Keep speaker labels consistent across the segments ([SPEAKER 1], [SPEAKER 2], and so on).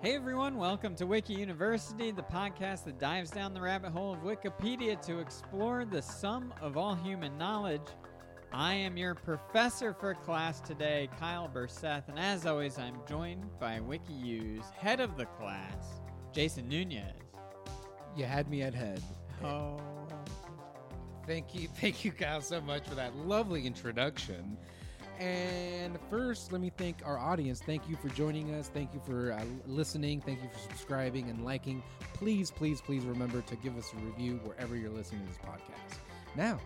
[SPEAKER 1] Hey everyone, welcome to Wiki University, the podcast that dives down the rabbit hole of Wikipedia to explore the sum of all human knowledge. I am your professor for class today, Kyle Burseth, and as always, I'm joined by WikiU's head of the class, Jason Nunez.
[SPEAKER 2] You had me at head.
[SPEAKER 1] Oh,
[SPEAKER 2] Thank you, thank you, Kyle, so much for that lovely introduction. And first, let me thank our audience. Thank you for joining us. Thank you for uh, listening. Thank you for subscribing and liking. Please, please, please remember to give us a review wherever you're listening to this podcast. Now,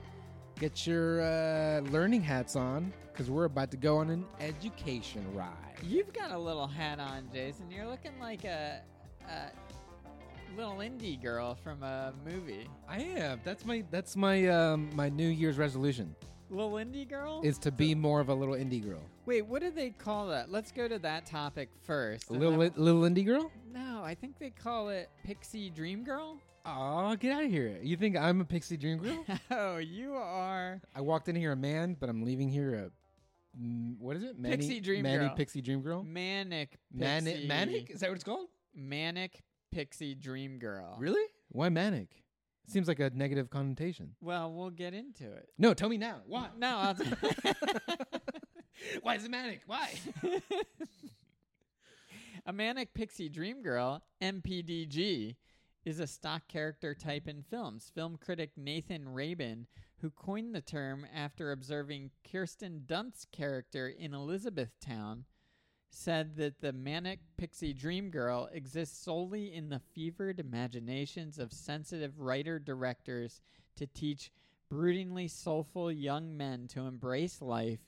[SPEAKER 2] get your uh, learning hats on because we're about to go on an education ride.
[SPEAKER 1] you've got a little hat on, Jason. You're looking like a, a little indie girl from a movie.
[SPEAKER 2] I am. That's my that's my um, my New Year's resolution
[SPEAKER 1] Little indie girl?
[SPEAKER 2] is to be more of a little indie girl,
[SPEAKER 1] Wait, what do they call that? Let's go to that topic first.
[SPEAKER 2] a
[SPEAKER 1] and
[SPEAKER 2] little
[SPEAKER 1] I'm-
[SPEAKER 2] little indie girl.
[SPEAKER 1] No, I think they call it Pixie Dream Girl.
[SPEAKER 2] Oh, get out of here. You think I'm a pixie dream girl?
[SPEAKER 1] Oh, you are.
[SPEAKER 2] I walked in here a man, but I'm leaving here a mm, what is it? Manny,
[SPEAKER 1] Pixie dream
[SPEAKER 2] Manny
[SPEAKER 1] girl.
[SPEAKER 2] pixie dream girl.
[SPEAKER 1] Manic
[SPEAKER 2] Manic
[SPEAKER 1] Pixie-
[SPEAKER 2] manic? Is that what it's called?
[SPEAKER 1] Manic Pixie Dream Girl.
[SPEAKER 2] Really? Uh, Why manic? Seems like a negative connotation.
[SPEAKER 1] Well, we'll get into it.
[SPEAKER 2] No, tell me now. Why?
[SPEAKER 1] No, I'll
[SPEAKER 2] Why is it manic? Why?
[SPEAKER 1] a manic pixie dream girl, MPDG, is a stock character type in films. Film critic Nathan Rabin, who coined the term after observing Kirsten Dunst's character in Elizabethtown, said that the manic pixie dream girl exists solely in the fevered imaginations of sensitive writer directors to teach broodingly soulful young men to embrace life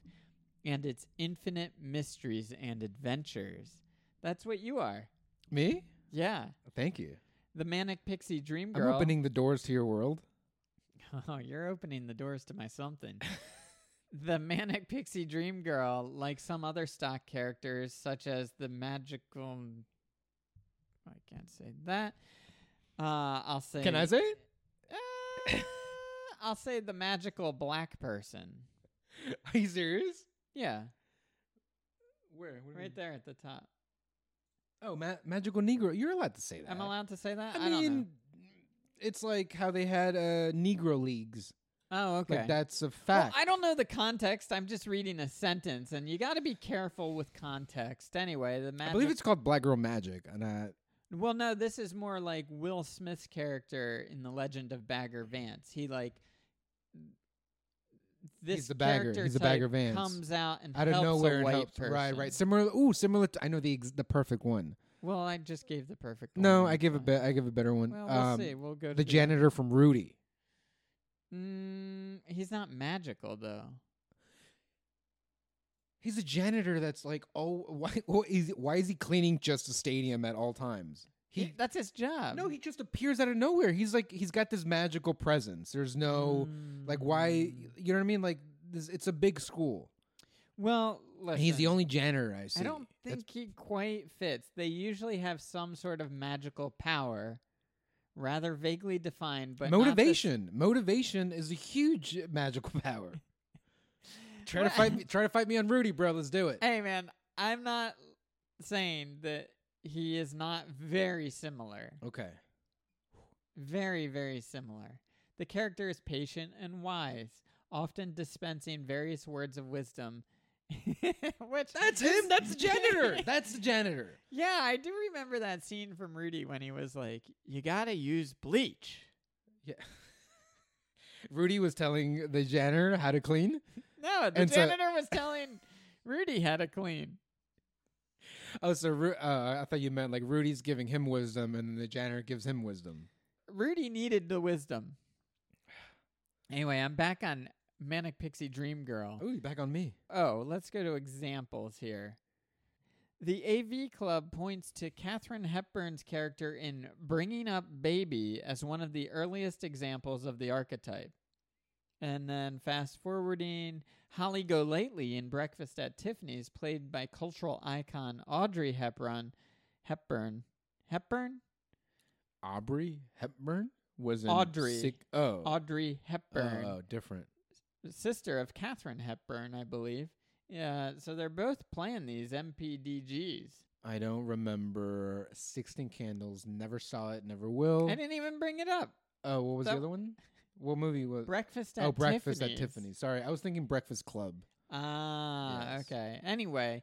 [SPEAKER 1] and its infinite mysteries and adventures. That's what you are.
[SPEAKER 2] me?
[SPEAKER 1] Yeah.
[SPEAKER 2] Thank you.
[SPEAKER 1] The manic pixie dream girl.
[SPEAKER 2] I'm opening the doors to your world.
[SPEAKER 1] Oh, you're opening the doors to my something. the manic pixie dream girl, like some other stock characters, such as the magical. I can't say that. Uh, I'll say.
[SPEAKER 2] Can I say it?
[SPEAKER 1] Uh, I'll say the magical black person.
[SPEAKER 2] Are you serious? Mm.
[SPEAKER 1] Yeah,
[SPEAKER 2] Where? Where
[SPEAKER 1] right there at the top.
[SPEAKER 2] Oh, ma- magical Negro. You're allowed to say that.
[SPEAKER 1] I'm allowed to say that.
[SPEAKER 2] Uh, I
[SPEAKER 1] I,
[SPEAKER 2] mean,
[SPEAKER 1] don't know.
[SPEAKER 2] it's like how they had uh, Negro leagues.
[SPEAKER 1] Oh, okay.
[SPEAKER 2] Like that's a
[SPEAKER 1] Well,
[SPEAKER 2] fact.
[SPEAKER 1] I don't know the context. I'm just reading a sentence, and you got to be careful with context. Anyway, the magic.
[SPEAKER 2] I believe it's called Black Girl Magic, and I,
[SPEAKER 1] Well, no, this is more like Will Smith's character in The Legend of Bagger Vance. He like this
[SPEAKER 2] the bagger.
[SPEAKER 1] character
[SPEAKER 2] He's the
[SPEAKER 1] type
[SPEAKER 2] Bagger Vance.
[SPEAKER 1] comes out and
[SPEAKER 2] out of
[SPEAKER 1] helps
[SPEAKER 2] nowhere
[SPEAKER 1] a
[SPEAKER 2] it
[SPEAKER 1] white
[SPEAKER 2] helps.
[SPEAKER 1] person.
[SPEAKER 2] Right, right. Similar. Ooh, similar. To, I know the ex- the perfect one.
[SPEAKER 1] Well, I just gave the perfect.
[SPEAKER 2] No,
[SPEAKER 1] one.
[SPEAKER 2] I give a
[SPEAKER 1] Fine.
[SPEAKER 2] be- I give a better one.
[SPEAKER 1] Well, we'll
[SPEAKER 2] um,
[SPEAKER 1] see. We'll go to
[SPEAKER 2] the janitor from Rudy.
[SPEAKER 1] Mm, he's not magical though.
[SPEAKER 2] He's a janitor that's like, oh, why what is why is he cleaning just a stadium at all times?
[SPEAKER 1] He,
[SPEAKER 2] He
[SPEAKER 1] that's his job.
[SPEAKER 2] no, he just appears out of nowhere. He's like he's got this magical presence. There's
[SPEAKER 1] Hmm.
[SPEAKER 2] no like why
[SPEAKER 1] Mm.
[SPEAKER 2] you know what I mean? Like this, it's a big school.
[SPEAKER 1] Well,
[SPEAKER 2] And
[SPEAKER 1] listen,
[SPEAKER 2] he's the only janitor I see.
[SPEAKER 1] I don't
[SPEAKER 2] That's-
[SPEAKER 1] think he quite fits. They usually have some sort of magical power, rather vaguely defined, but not the-
[SPEAKER 2] motivation. Motivation is a huge magical power. try to fight me. Try to fight me on Rudy, bro. Let's do it.
[SPEAKER 1] Hey, man, I'm not saying that he is not very similar.
[SPEAKER 2] Okay.
[SPEAKER 1] Very, very similar. The character is patient and wise, often dispensing various words of wisdom. Which
[SPEAKER 2] That's him. That's the janitor. That's the janitor.
[SPEAKER 1] yeah, I do remember that scene from Rudy when he was like, "You gotta use bleach."
[SPEAKER 2] Yeah. Rudy was telling the janitor how to clean.
[SPEAKER 1] No, the
[SPEAKER 2] And so-
[SPEAKER 1] janitor was telling Rudy how to clean.
[SPEAKER 2] Oh, so Ru- uh, I thought you meant like Rudy's giving him wisdom, and the janitor gives him wisdom.
[SPEAKER 1] Rudy needed the wisdom. Anyway, I'm back on Manic Pixie Dream Girl.
[SPEAKER 2] Ooh, back on me.
[SPEAKER 1] Oh, let's go to examples here. The AV Club points to Katharine Hepburn's character in Bringing Up Baby as one of the earliest examples of the archetype. And then fast forwarding, Holly Golightly in Breakfast at Tiffany's, played by cultural icon Audrey Hepburn. Hepburn. Hepburn?
[SPEAKER 2] Aubrey Hepburn was in
[SPEAKER 1] Audrey.
[SPEAKER 2] Sick- oh,
[SPEAKER 1] Audrey Hepburn.
[SPEAKER 2] Oh, different.
[SPEAKER 1] sister of Katharine Hepburn, I believe, Yeah, so they're both playing these MPDGs.
[SPEAKER 2] I don't remember. Sixteen Candles. Never saw it. Never will.
[SPEAKER 1] I didn't even bring it up.
[SPEAKER 2] Oh, what was
[SPEAKER 1] that-
[SPEAKER 2] the other one? What movie was?
[SPEAKER 1] Breakfast at
[SPEAKER 2] oh, Breakfast
[SPEAKER 1] Tiffany's.
[SPEAKER 2] at Tiffany's. Sorry, I was thinking Breakfast Club.
[SPEAKER 1] Ah,
[SPEAKER 2] Yes.
[SPEAKER 1] okay. Anyway,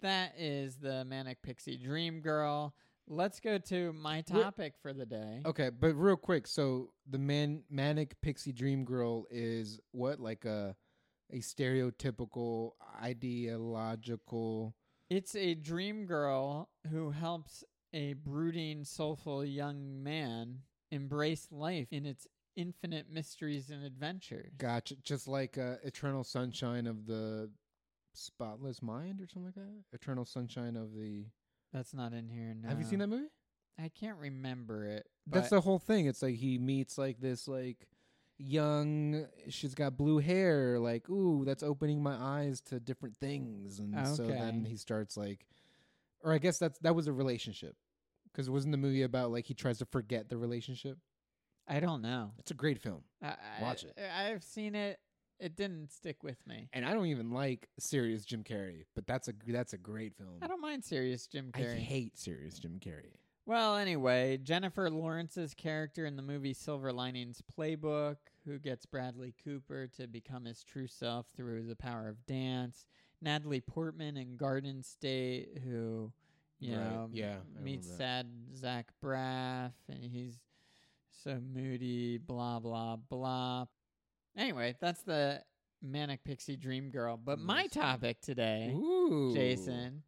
[SPEAKER 1] that is the Manic Pixie Dream Girl. Let's go to my
[SPEAKER 2] We're-
[SPEAKER 1] topic for the day.
[SPEAKER 2] Okay, but real quick, so the man manic pixie dream girl is what like a a stereotypical ideological
[SPEAKER 1] It's a dream girl who helps a brooding, soulful young man embrace life in its infinite mysteries and adventures.
[SPEAKER 2] gotcha just like uh, eternal sunshine of the spotless mind or something like that eternal sunshine of the
[SPEAKER 1] That's not in here. No.
[SPEAKER 2] have you seen that movie
[SPEAKER 1] I can't remember it.
[SPEAKER 2] that's
[SPEAKER 1] but
[SPEAKER 2] the whole thing it's like he meets like this like young she's got blue hair like ooh that's opening my eyes to different things and so then
[SPEAKER 1] Okay.
[SPEAKER 2] he starts like or i guess that's that was a relationship because wasn't the movie about like he tries to forget the relationship
[SPEAKER 1] I don't know.
[SPEAKER 2] it's a great film
[SPEAKER 1] I,
[SPEAKER 2] Watch
[SPEAKER 1] I,
[SPEAKER 2] it.
[SPEAKER 1] I've seen it. It didn't stick with me.
[SPEAKER 2] and i don't even like serious jim carrey but that's a that's a great film
[SPEAKER 1] I don't mind serious Jim
[SPEAKER 2] I
[SPEAKER 1] Carrey.
[SPEAKER 2] hate serious jim carrey
[SPEAKER 1] Well, anyway, Jennifer Lawrence's character in the movie Silver Linings Playbook, who gets Bradley Cooper to become his true self through the power of dance. Natalie Portman in Garden State, who, you
[SPEAKER 2] Right,
[SPEAKER 1] know,
[SPEAKER 2] yeah, I
[SPEAKER 1] meets
[SPEAKER 2] remember
[SPEAKER 1] sad Zach Braff, and he's so moody, blah, blah, blah. Anyway, that's the Manic Pixie Dream Girl. But my
[SPEAKER 2] Nice.
[SPEAKER 1] topic today.
[SPEAKER 2] ooh
[SPEAKER 1] Jason,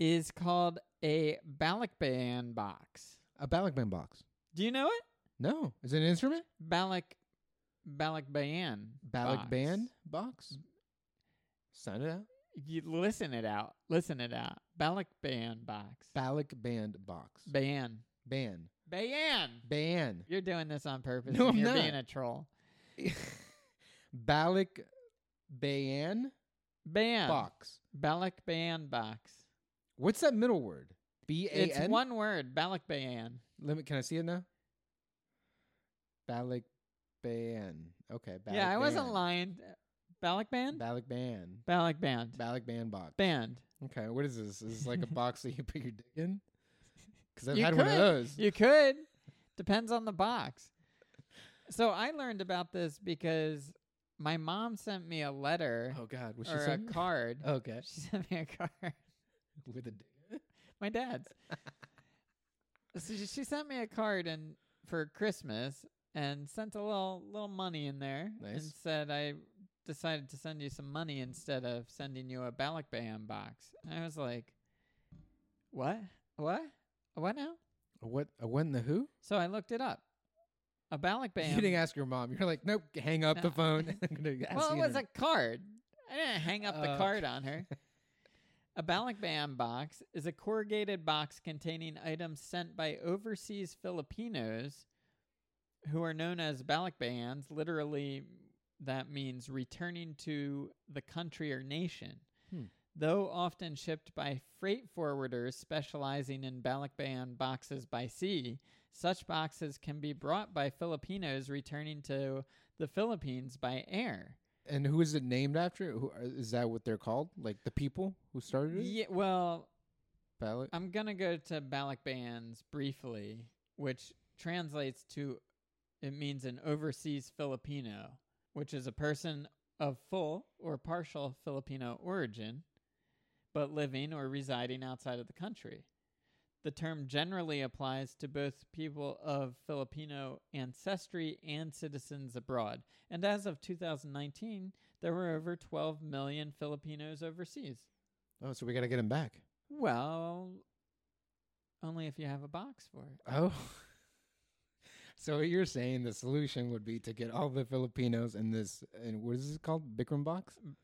[SPEAKER 1] is called a balakban box.
[SPEAKER 2] a balakman box
[SPEAKER 1] Do you know it?
[SPEAKER 2] no is it an instrument
[SPEAKER 1] Balak balakban. box.
[SPEAKER 2] balakban box sound it out
[SPEAKER 1] You listen it out. Listen it out. Balakban box.
[SPEAKER 2] balakband box
[SPEAKER 1] ban.
[SPEAKER 2] ban
[SPEAKER 1] Ban.
[SPEAKER 2] ban
[SPEAKER 1] You're doing this on purpose.
[SPEAKER 2] No,
[SPEAKER 1] and
[SPEAKER 2] I'm
[SPEAKER 1] you're
[SPEAKER 2] not.
[SPEAKER 1] being a troll.
[SPEAKER 2] Balak Bayan
[SPEAKER 1] Ban.
[SPEAKER 2] box.
[SPEAKER 1] Balakban box.
[SPEAKER 2] What's that middle word? B A
[SPEAKER 1] It's
[SPEAKER 2] N.
[SPEAKER 1] one word. Balakban.
[SPEAKER 2] Let me. Can I see it now? Balak Bayan. Okay. Balak
[SPEAKER 1] Yeah, I wasn't
[SPEAKER 2] Bayan.
[SPEAKER 1] lying. Balakban?
[SPEAKER 2] Balak Ban.
[SPEAKER 1] Balakban.
[SPEAKER 2] Balak Ban box.
[SPEAKER 1] Band.
[SPEAKER 2] Okay. What is this? Is this like a box that you put your dick in? Because I've
[SPEAKER 1] You
[SPEAKER 2] had one of
[SPEAKER 1] could.
[SPEAKER 2] those.
[SPEAKER 1] You could. Depends on the box. So I learned about this because my mom sent me a letter
[SPEAKER 2] Oh God. Was she Oh.
[SPEAKER 1] or a
[SPEAKER 2] saying?
[SPEAKER 1] card.
[SPEAKER 2] Okay.
[SPEAKER 1] She sent me a card.
[SPEAKER 2] With a dick.
[SPEAKER 1] My dad's. so she, she sent me a card and for Christmas and sent a little little money in there and
[SPEAKER 2] Nice.
[SPEAKER 1] said I decided to send you some money instead of sending you a Balakbam box. And I was like, "What? What? What now?"
[SPEAKER 2] A what? A what in the who?
[SPEAKER 1] So I looked it up. A
[SPEAKER 2] You didn't
[SPEAKER 1] Balakbam.
[SPEAKER 2] ask your mom. You're like, nope. Hang up the
[SPEAKER 1] No.
[SPEAKER 2] phone. I'm gonna ask
[SPEAKER 1] Well,
[SPEAKER 2] the
[SPEAKER 1] it was
[SPEAKER 2] internet.
[SPEAKER 1] a card. I didn't hang up the
[SPEAKER 2] Oh,
[SPEAKER 1] card
[SPEAKER 2] okay.
[SPEAKER 1] on her. A Balakbam box is a corrugated box containing items sent by overseas Filipinos who are known as Balakbans. Literally, that means returning to the country or nation.
[SPEAKER 2] Hmm.
[SPEAKER 1] Though often shipped by freight forwarders specializing in Balakban boxes by sea, such boxes can be brought by Filipinos returning to the Philippines by air.
[SPEAKER 2] And who is it named after? Who are- is that? What they're called? Like the people who started it?
[SPEAKER 1] Yeah, well,
[SPEAKER 2] Ballot.
[SPEAKER 1] I'm going to go to Balakbans briefly, which translates to it means an overseas Filipino, which is a person of full or partial Filipino origin, but living or residing outside of the country. The term generally applies to both people of Filipino ancestry and citizens abroad. And as of 2019, there were over 12 million Filipinos overseas.
[SPEAKER 2] Oh, so we gotta get him back.
[SPEAKER 1] Well, only if you have a box for it.
[SPEAKER 2] Oh. so what you're saying the solution would be to get all the Filipinos in this and what is this called? Bikram box?
[SPEAKER 1] Mm-hmm.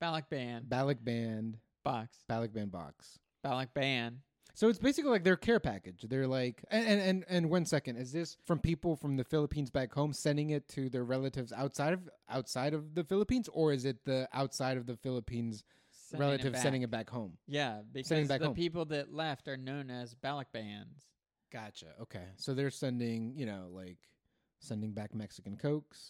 [SPEAKER 1] Balak ban
[SPEAKER 2] Balak band.
[SPEAKER 1] box.
[SPEAKER 2] Balak band box.
[SPEAKER 1] Balak ban.
[SPEAKER 2] So it's basically like their care package. They're like, and, and and and one second, is this from people from the Philippines back home sending it to their relatives outside of outside of the Philippines, or is it the outside of the Philippines
[SPEAKER 1] Sending
[SPEAKER 2] relatives sending
[SPEAKER 1] back.
[SPEAKER 2] it back home?
[SPEAKER 1] Yeah, because
[SPEAKER 2] sending back
[SPEAKER 1] the
[SPEAKER 2] home.
[SPEAKER 1] people that left are known as Balak bans.
[SPEAKER 2] Gotcha. Okay. So they're sending, you know, like sending back Mexican cokes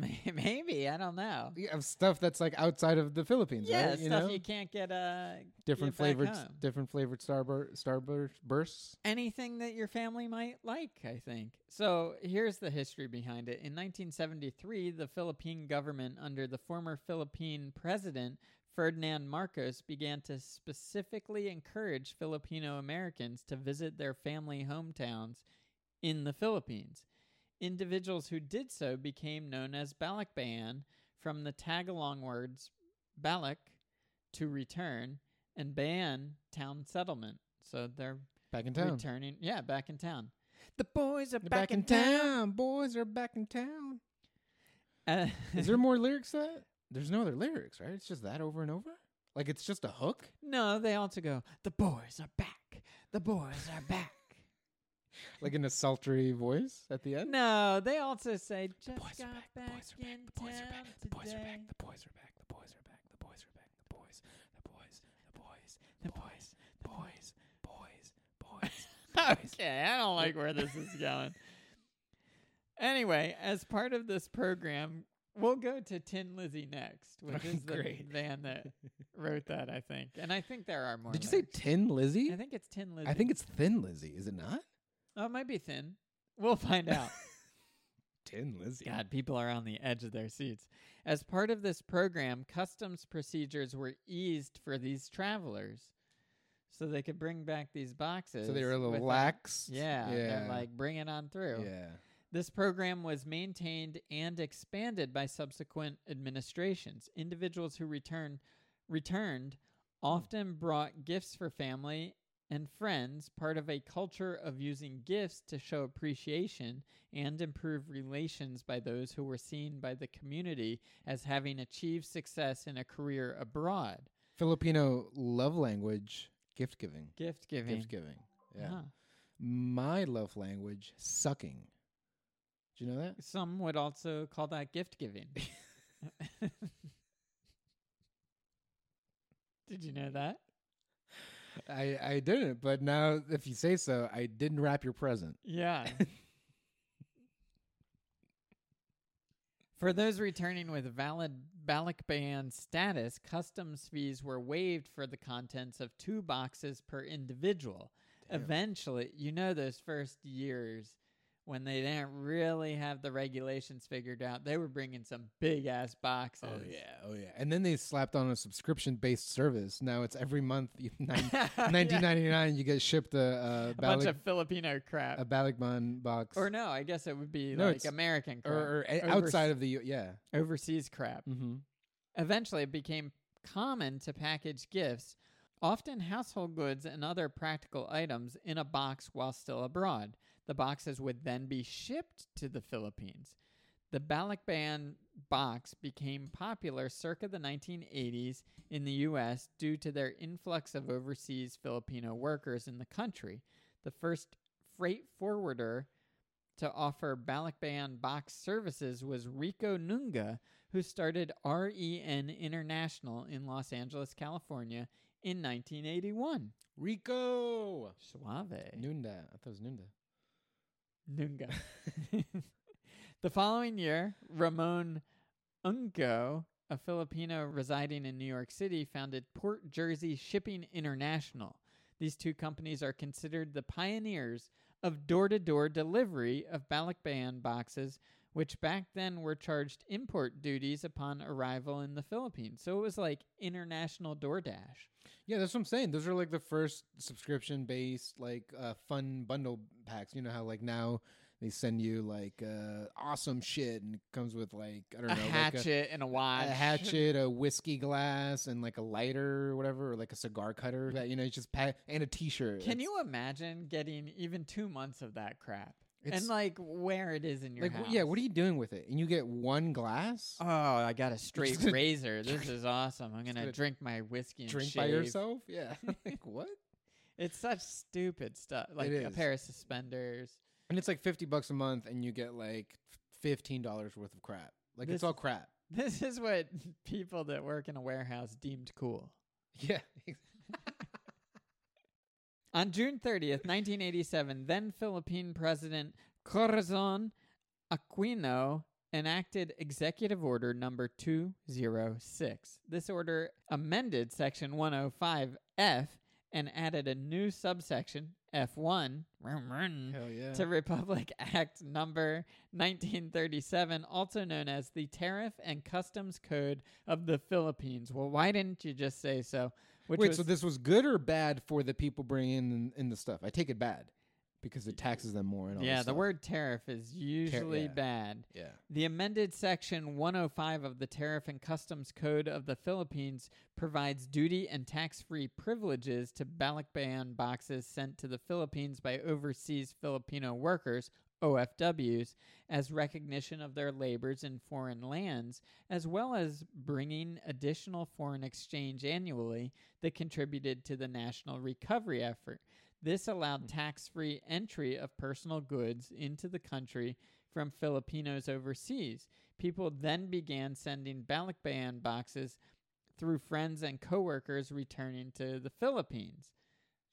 [SPEAKER 1] May- Maybe I don't know.
[SPEAKER 2] Yeah, of stuff that's like outside of the Philippines,
[SPEAKER 1] Yeah,
[SPEAKER 2] right?
[SPEAKER 1] stuff you can't get. Uh,
[SPEAKER 2] different
[SPEAKER 1] get back
[SPEAKER 2] flavored,
[SPEAKER 1] home.
[SPEAKER 2] different flavored starburst, starburst bursts.
[SPEAKER 1] anything that your family might like, I think. So here's the history behind it. In 1973, the Philippine government, under the former Philippine president Ferdinand Marcos, began to specifically encourage Filipino Americans to visit their family hometowns in the Philippines. Individuals who did so became known as Balakbayan from the tagalong words Balak to return and Bayan town settlement. So they're
[SPEAKER 2] Back in town.
[SPEAKER 1] Returning, yeah, back in town. The boys are
[SPEAKER 2] They're back, in town. boys are back in town.
[SPEAKER 1] Uh,
[SPEAKER 2] Is there more lyrics to that? There's no other lyrics, right? It's just that over and over. Like it's just a hook.
[SPEAKER 1] no, they also go. The boys are back. The boys are back.
[SPEAKER 2] like in a sultry voice at the end.
[SPEAKER 1] no, they also say. Just
[SPEAKER 2] boys are
[SPEAKER 1] got
[SPEAKER 2] back, the
[SPEAKER 1] back
[SPEAKER 2] boys are back,
[SPEAKER 1] in
[SPEAKER 2] the boys are
[SPEAKER 1] town
[SPEAKER 2] back, the boys are back,
[SPEAKER 1] today."
[SPEAKER 2] the boys are back, the boys are back, the boys are back, the boys, the boys, the boys, the boys, boys, boys, boys.
[SPEAKER 1] okay, I don't like where this is going. Anyway, as part of this program, we'll go to Tin Lizzy next, which is the
[SPEAKER 2] Great.
[SPEAKER 1] band that wrote that, I think. And I think there are more.
[SPEAKER 2] Did you say
[SPEAKER 1] lyrics.
[SPEAKER 2] Tin Lizzy?
[SPEAKER 1] I think it's Tin Lizzy.
[SPEAKER 2] I think it's Thin Lizzy, is it not?
[SPEAKER 1] Oh, it might be thin. We'll find out.
[SPEAKER 2] Tin Lizzy.
[SPEAKER 1] God, people are on the edge of their seats. As part of this program, customs procedures were eased for these travelers so they could bring back these boxes.
[SPEAKER 2] So they were a little
[SPEAKER 1] without-
[SPEAKER 2] laxed.
[SPEAKER 1] Yeah,
[SPEAKER 2] Yeah.
[SPEAKER 1] they're like, bring it on through.
[SPEAKER 2] yeah.
[SPEAKER 1] This program was maintained and expanded by subsequent administrations. Individuals who return, returned often brought gifts for family and friends, part of a culture of using gifts to show appreciation and improve relations by those who were seen by the community as having achieved success in a career abroad.
[SPEAKER 2] Filipino love language, gift giving.
[SPEAKER 1] Gift giving. Uh-huh.
[SPEAKER 2] Gift giving. Yeah.
[SPEAKER 1] Huh.
[SPEAKER 2] My love language, sucking. Do you know that?
[SPEAKER 1] Some would also call that gift giving. Did you know that?
[SPEAKER 2] I, I didn't, but now if you say so, I didn't wrap your present.
[SPEAKER 1] Yeah. For those returning with valid Balak ban status, customs fees were waived for the contents of two boxes per individual. Eventually, you know, those first years when they didn't really have the regulations figured out, they were bringing some big ass boxes.
[SPEAKER 2] oh yeah. And then they slapped on a subscription based service. Now it's every month you- nine,
[SPEAKER 1] Yeah.
[SPEAKER 2] 1999 you get shipped a a,
[SPEAKER 1] A bunch
[SPEAKER 2] Balag-
[SPEAKER 1] of Filipino crap.
[SPEAKER 2] a Balagman box
[SPEAKER 1] or no, I guess it would be
[SPEAKER 2] No,
[SPEAKER 1] like
[SPEAKER 2] it's-
[SPEAKER 1] American
[SPEAKER 2] or,
[SPEAKER 1] crap.
[SPEAKER 2] or a-
[SPEAKER 1] Overs-
[SPEAKER 2] outside of the U- yeah.
[SPEAKER 1] overseas crap.
[SPEAKER 2] Mm-hmm.
[SPEAKER 1] Eventually, it became common to package gifts, often household goods and other practical items, in a box while still abroad. The boxes would then be shipped to the Philippines. The Balakban box became popular circa the 1980s in the U.S. due to their influx of overseas Filipino workers in the country. The first freight forwarder to offer Balakban box services was Rico Nunga, who started REN International in Los Angeles, California in 1981.
[SPEAKER 2] Rico
[SPEAKER 1] Suave.
[SPEAKER 2] Nunda. I thought it was Nunda.
[SPEAKER 1] Nunga. the following year, Ramon Unco, a Filipino residing in New York City, founded Port Jersey Shipping International. These two companies are considered the pioneers of door to door delivery of Balakban boxes, which back then were charged import duties upon arrival in the Philippines. So it was like international DoorDash.
[SPEAKER 2] Yeah, that's what I'm saying. Those are like the first subscription based like uh, fun bundle packs. You know how like now they send you like uh, awesome shit and it comes with like I don't
[SPEAKER 1] A
[SPEAKER 2] know like
[SPEAKER 1] hatchet and a
[SPEAKER 2] a,
[SPEAKER 1] watch.
[SPEAKER 2] a hatchet, a whiskey glass, and like a lighter or whatever, or like a cigar cutter. That you know, it's just pack and a T-shirt.
[SPEAKER 1] Can
[SPEAKER 2] It's-
[SPEAKER 1] you imagine getting even two months of that crap?
[SPEAKER 2] It's-
[SPEAKER 1] and like where it is in your
[SPEAKER 2] like
[SPEAKER 1] house.
[SPEAKER 2] w- yeah? What are you doing with it? And you get one glass.
[SPEAKER 1] Oh, I got a straight
[SPEAKER 2] Just gonna
[SPEAKER 1] razor. This is awesome. I'm gonna
[SPEAKER 2] gonna
[SPEAKER 1] drink my whiskey and
[SPEAKER 2] Drink
[SPEAKER 1] shave.
[SPEAKER 2] by yourself? Yeah. like what?
[SPEAKER 1] It's such stupid stuff. Like a
[SPEAKER 2] is.
[SPEAKER 1] pair of suspenders.
[SPEAKER 2] And it's like fifty bucks a month, and you get like fifteen dollars worth of crap. Like
[SPEAKER 1] This-
[SPEAKER 2] it's all crap.
[SPEAKER 1] This is what people that work in a warehouse deemed cool.
[SPEAKER 2] Yeah.
[SPEAKER 1] On June 30th, 1987, then Philippine President Corazon Aquino enacted Executive Order Number 206. This order amended Section 105F and added a new subsection, F1, vroom, vroom,
[SPEAKER 2] Hell yeah.
[SPEAKER 1] Mm-hmm. to Republic Act Number 1937, also known as the Tariff and Customs Code of the Philippines. Well, why didn't you just say so? Which
[SPEAKER 2] Wait,
[SPEAKER 1] was,
[SPEAKER 2] so this was good or bad for the people bringing in, in the stuff? I take it bad because it taxes them more. And all
[SPEAKER 1] yeah,
[SPEAKER 2] this
[SPEAKER 1] the
[SPEAKER 2] stuff.
[SPEAKER 1] word tariff is usually
[SPEAKER 2] yeah.
[SPEAKER 1] bad.
[SPEAKER 2] Yeah.
[SPEAKER 1] The amended section 105 of the Tariff and Customs Code of the Philippines provides duty and tax free privileges to balakbayan boxes sent to the Philippines by overseas Filipino workers, OFWs, as recognition of their labors in foreign lands, as well as bringing additional foreign exchange annually that contributed to the national recovery effort. This allowed tax free entry of personal goods into the country from Filipinos overseas. People then began sending Balikbayan boxes through friends and coworkers returning to the Philippines.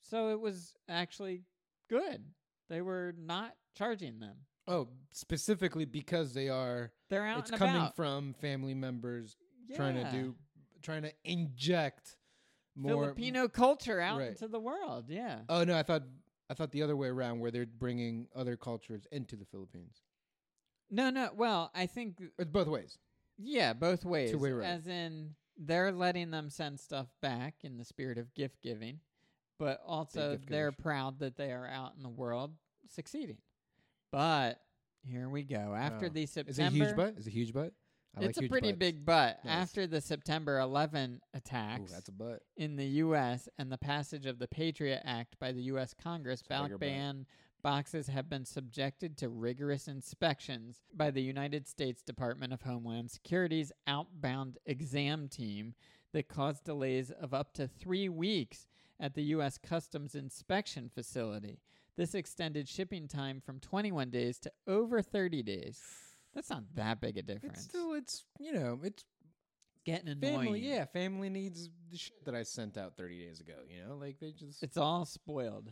[SPEAKER 1] So it was actually good. They were not charging them.
[SPEAKER 2] Oh, specifically because they are.
[SPEAKER 1] They're out
[SPEAKER 2] It's
[SPEAKER 1] and
[SPEAKER 2] coming
[SPEAKER 1] about.
[SPEAKER 2] from family members trying to
[SPEAKER 1] Yeah.
[SPEAKER 2] do, trying to inject more
[SPEAKER 1] Filipino culture out
[SPEAKER 2] Right.
[SPEAKER 1] into the world. Yeah.
[SPEAKER 2] Oh no, I thought I thought the other way around, where they're bringing other cultures into the Philippines.
[SPEAKER 1] No, no. Well, I think
[SPEAKER 2] It's both ways.
[SPEAKER 1] Yeah, both ways.
[SPEAKER 2] Two-way road.
[SPEAKER 1] As in, they're letting them send stuff back in the spirit of gift giving, but also
[SPEAKER 2] gift
[SPEAKER 1] they're
[SPEAKER 2] givers.
[SPEAKER 1] proud that they are out in the world succeeding. But here we go. After
[SPEAKER 2] Wow.
[SPEAKER 1] the
[SPEAKER 2] Oh. Is
[SPEAKER 1] September,
[SPEAKER 2] it a huge butt? Is it a huge butt? I
[SPEAKER 1] it's
[SPEAKER 2] like
[SPEAKER 1] a
[SPEAKER 2] huge
[SPEAKER 1] pretty
[SPEAKER 2] butts.
[SPEAKER 1] big butt.
[SPEAKER 2] Nice.
[SPEAKER 1] After the September 11
[SPEAKER 2] Ooh,
[SPEAKER 1] attacks
[SPEAKER 2] that's a butt.
[SPEAKER 1] in the U.S. and the passage of the Patriot Act by the U.S. Congress,
[SPEAKER 2] a bigger
[SPEAKER 1] ballot ban boxes have been subjected to rigorous inspections by the United States Department of Homeland Security's outbound exam team that caused delays of up to three weeks at the U.S. Customs Inspection Facility. This extended shipping time from 21 days to over 30 days. That's not that big a difference.
[SPEAKER 2] It's still, it's you know, it's
[SPEAKER 1] getting
[SPEAKER 2] family.
[SPEAKER 1] annoying.
[SPEAKER 2] Yeah, family needs the shit that I sent out 30 days ago. You know, like they just,
[SPEAKER 1] It's all spoiled.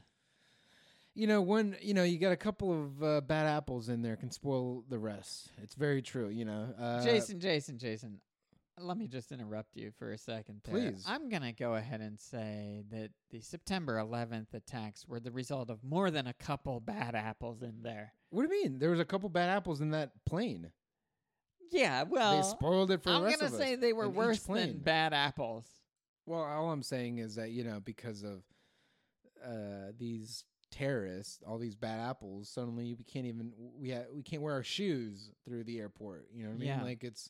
[SPEAKER 2] you know, one, you know, you got a couple of uh, bad apples in there can spoil the rest. It's very true. You know, uh,
[SPEAKER 1] Jason, Jason, Jason. Let me just interrupt you for a second. there.
[SPEAKER 2] Please.
[SPEAKER 1] I'm going to go ahead and say that the September 11th attacks were the result of more than a couple bad apples in there.
[SPEAKER 2] What do you mean? There was a couple bad apples in that plane.
[SPEAKER 1] Yeah, well,
[SPEAKER 2] they spoiled it for
[SPEAKER 1] I'm
[SPEAKER 2] the rest
[SPEAKER 1] gonna
[SPEAKER 2] of us.
[SPEAKER 1] say they were
[SPEAKER 2] in each
[SPEAKER 1] worse than
[SPEAKER 2] plane.
[SPEAKER 1] bad apples.
[SPEAKER 2] Well, all I'm saying is that you know because of uh, these terrorists, all these bad apples, suddenly we can't even we ha- we can't wear our shoes through the airport. You know what I mean?
[SPEAKER 1] Yeah.
[SPEAKER 2] Like it's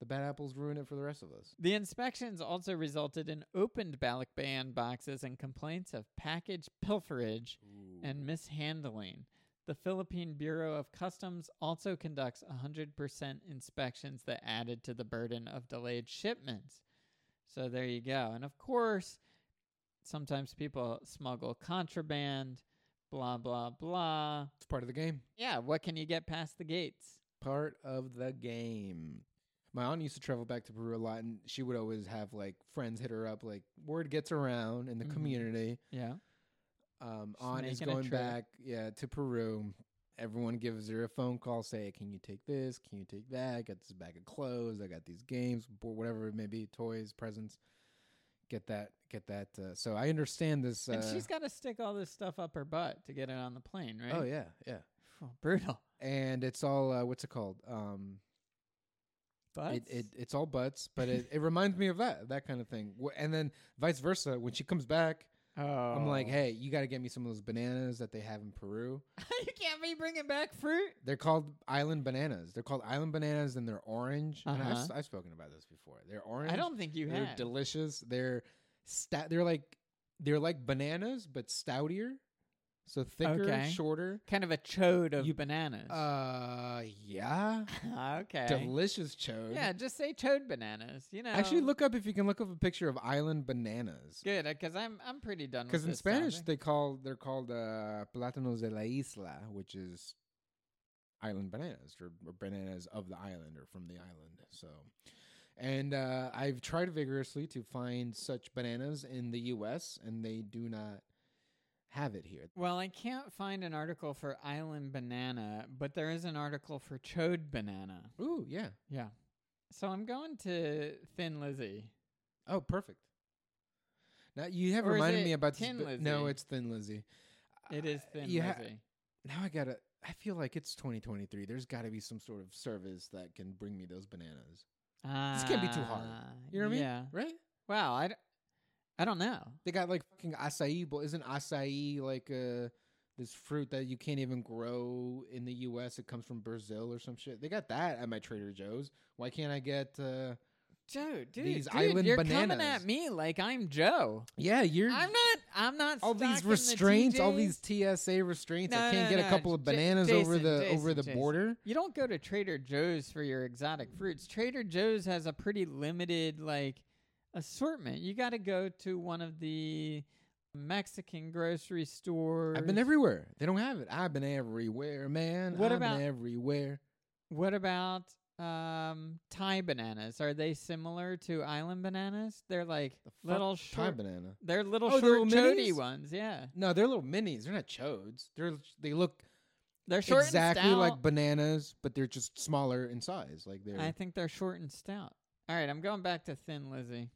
[SPEAKER 2] the bad apples ruin it for the rest of us.
[SPEAKER 1] The inspections also resulted in opened Balikbayan boxes and complaints of package pilferage and mishandling. The Philippine Bureau of Customs also conducts 100% inspections that added to the burden of delayed shipments. So there you go. And of course, sometimes people smuggle contraband, blah, blah, blah.
[SPEAKER 2] it's part of the game.
[SPEAKER 1] Yeah, what can you get past the gates?
[SPEAKER 2] Part of the game. My aunt used to travel back to Peru a lot, and she would always have like friends hit her up. Like word gets around in the
[SPEAKER 1] Mhm.
[SPEAKER 2] community.
[SPEAKER 1] Yeah.
[SPEAKER 2] Um,
[SPEAKER 1] She's
[SPEAKER 2] aunt is
[SPEAKER 1] making a
[SPEAKER 2] going
[SPEAKER 1] trip.
[SPEAKER 2] back, yeah, to Peru. Everyone gives her a phone call, say, "Can you take this? Can you take that? I got this bag of clothes. I got these games, bo- whatever it may be, toys, presents. Get that, get that." Uh, so I understand this. Uh,
[SPEAKER 1] and she's got to stick all this stuff up her butt to get it on the plane, right?
[SPEAKER 2] oh yeah, yeah,
[SPEAKER 1] Phew, brutal.
[SPEAKER 2] and it's all uh, what's it called? Um,
[SPEAKER 1] But
[SPEAKER 2] it, it it's all butts, but it, it reminds me of that that kind of thing. Wh- And then vice versa, when she comes back,
[SPEAKER 1] oh.
[SPEAKER 2] I'm like, "Hey, you got to get me some of those bananas that they have in Peru."
[SPEAKER 1] you can't be bringing back fruit.
[SPEAKER 2] They're called island bananas. They're called island bananas, and they're orange. And I've,
[SPEAKER 1] Uh-huh.
[SPEAKER 2] s- I've spoken about this before. They're orange.
[SPEAKER 1] I don't think you
[SPEAKER 2] They're
[SPEAKER 1] have.
[SPEAKER 2] delicious. They're stout. They're like they're like bananas, but stoutier, so thicker,
[SPEAKER 1] Okay.
[SPEAKER 2] shorter.
[SPEAKER 1] kind of a chode of
[SPEAKER 2] You-
[SPEAKER 1] bananas. Ah,
[SPEAKER 2] Uh, yeah,
[SPEAKER 1] okay.
[SPEAKER 2] delicious chode.
[SPEAKER 1] yeah, just say chode bananas. You know,
[SPEAKER 2] Actually, look up if you can look up a picture of island bananas.
[SPEAKER 1] good because I'm I'm pretty done.
[SPEAKER 2] Because
[SPEAKER 1] with
[SPEAKER 2] in
[SPEAKER 1] this
[SPEAKER 2] Spanish
[SPEAKER 1] topic.
[SPEAKER 2] they call they're called uh, plátanos de la isla, which is island bananas or, or bananas of the island or from the island. So, and uh, I've tried vigorously to find such bananas in the U.S. and they do not have it here.
[SPEAKER 1] Well, I can't find an article for Island Banana, but there is an article for Chode Banana.
[SPEAKER 2] Ooh, yeah.
[SPEAKER 1] Yeah. So I'm going to Thin Lizzy.
[SPEAKER 2] Oh, perfect. Now you have
[SPEAKER 1] Or is
[SPEAKER 2] reminded
[SPEAKER 1] it
[SPEAKER 2] me about
[SPEAKER 1] Thin
[SPEAKER 2] this, but no,
[SPEAKER 1] Lizzy?
[SPEAKER 2] it's Thin Lizzy.
[SPEAKER 1] It is Thin
[SPEAKER 2] you ha-
[SPEAKER 1] Lizzy.
[SPEAKER 2] Now I gotta. I feel like it's 2023. There's got to be some sort of service that can bring me those bananas, This can't be too hard.
[SPEAKER 1] Ah,
[SPEAKER 2] You know what I mean?
[SPEAKER 1] Yeah.
[SPEAKER 2] right?
[SPEAKER 1] Wow. I, d- I don't know.
[SPEAKER 2] They got like fucking acai bowl. Isn't acai like uh this fruit that you can't even grow in the U.S. It comes from Brazil or some shit. They got that at my Trader Joe's. Why can't I get? uh
[SPEAKER 1] Dude, dude,
[SPEAKER 2] These
[SPEAKER 1] dude
[SPEAKER 2] island
[SPEAKER 1] you're coming
[SPEAKER 2] bananas.
[SPEAKER 1] at me like I'm Joe.
[SPEAKER 2] Yeah, you're
[SPEAKER 1] I'm not. I'm not.
[SPEAKER 2] all these
[SPEAKER 1] stocking the
[SPEAKER 2] restraints, all
[SPEAKER 1] TJs.
[SPEAKER 2] these TSA restraints. I
[SPEAKER 1] No,
[SPEAKER 2] can't
[SPEAKER 1] no,
[SPEAKER 2] get a
[SPEAKER 1] no,
[SPEAKER 2] couple of
[SPEAKER 1] J-
[SPEAKER 2] bananas over
[SPEAKER 1] Jason,
[SPEAKER 2] the
[SPEAKER 1] Jason,
[SPEAKER 2] over the
[SPEAKER 1] Jason.
[SPEAKER 2] border.
[SPEAKER 1] You don't go to Trader Joe's for your exotic fruits. Trader Joe's has a pretty limited like assortment. You got to go to one of the Mexican grocery stores.
[SPEAKER 2] I've been everywhere. They don't have it. I've been everywhere, man.
[SPEAKER 1] What
[SPEAKER 2] I've
[SPEAKER 1] about-
[SPEAKER 2] been everywhere?
[SPEAKER 1] What about um Thai bananas? Are they similar to island bananas? They're like
[SPEAKER 2] The fuck
[SPEAKER 1] little
[SPEAKER 2] Thai
[SPEAKER 1] short.
[SPEAKER 2] banana.
[SPEAKER 1] They're little
[SPEAKER 2] Oh, the
[SPEAKER 1] short
[SPEAKER 2] little
[SPEAKER 1] chody
[SPEAKER 2] minis?
[SPEAKER 1] ones. Yeah,
[SPEAKER 2] No, they're little minis. They're not chodes. They're they look
[SPEAKER 1] they're short
[SPEAKER 2] exactly
[SPEAKER 1] and stout.
[SPEAKER 2] like bananas, but they're just smaller in size. Like they're
[SPEAKER 1] I think they're short and stout. All right, I'm going back to Thin Lizzy.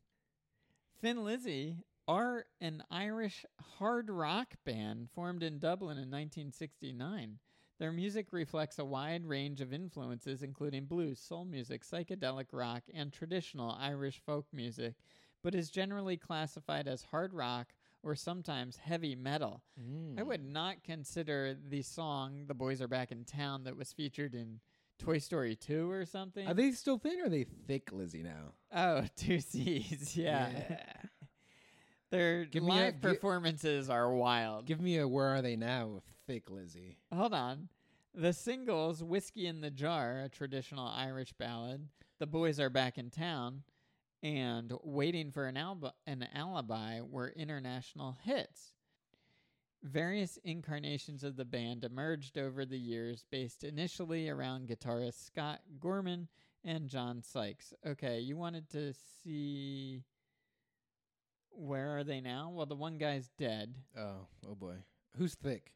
[SPEAKER 1] Thin Lizzy are an Irish hard rock band formed in Dublin in 1969. Their music reflects a wide range of influences, including blues, soul music, psychedelic rock, and traditional Irish folk music, but is generally classified as hard rock or sometimes heavy metal. I
[SPEAKER 2] Hmm.
[SPEAKER 1] would not consider the song "The Boys Are Back in Town" that was featured in Toy Story 2 or something.
[SPEAKER 2] Are they still thin or are they thick, Lizzie? Now
[SPEAKER 1] Oh, two C's. Yeah. Their
[SPEAKER 2] Give me a-
[SPEAKER 1] live
[SPEAKER 2] gi-
[SPEAKER 1] performances are wild.
[SPEAKER 2] give me a where are they now of thick Lizzie?
[SPEAKER 1] Hold on. The singles Whiskey in the Jar, a traditional Irish ballad, The Boys Are Back in Town, and Waiting for an, Alb- an Alibi were international hits. Various incarnations of the band emerged over the years, based initially around guitarist Scott Gorman and John Sykes. Okay, you wanted to see where are they now? Well, the one guy's dead.
[SPEAKER 2] Oh, oh boy, who's thick?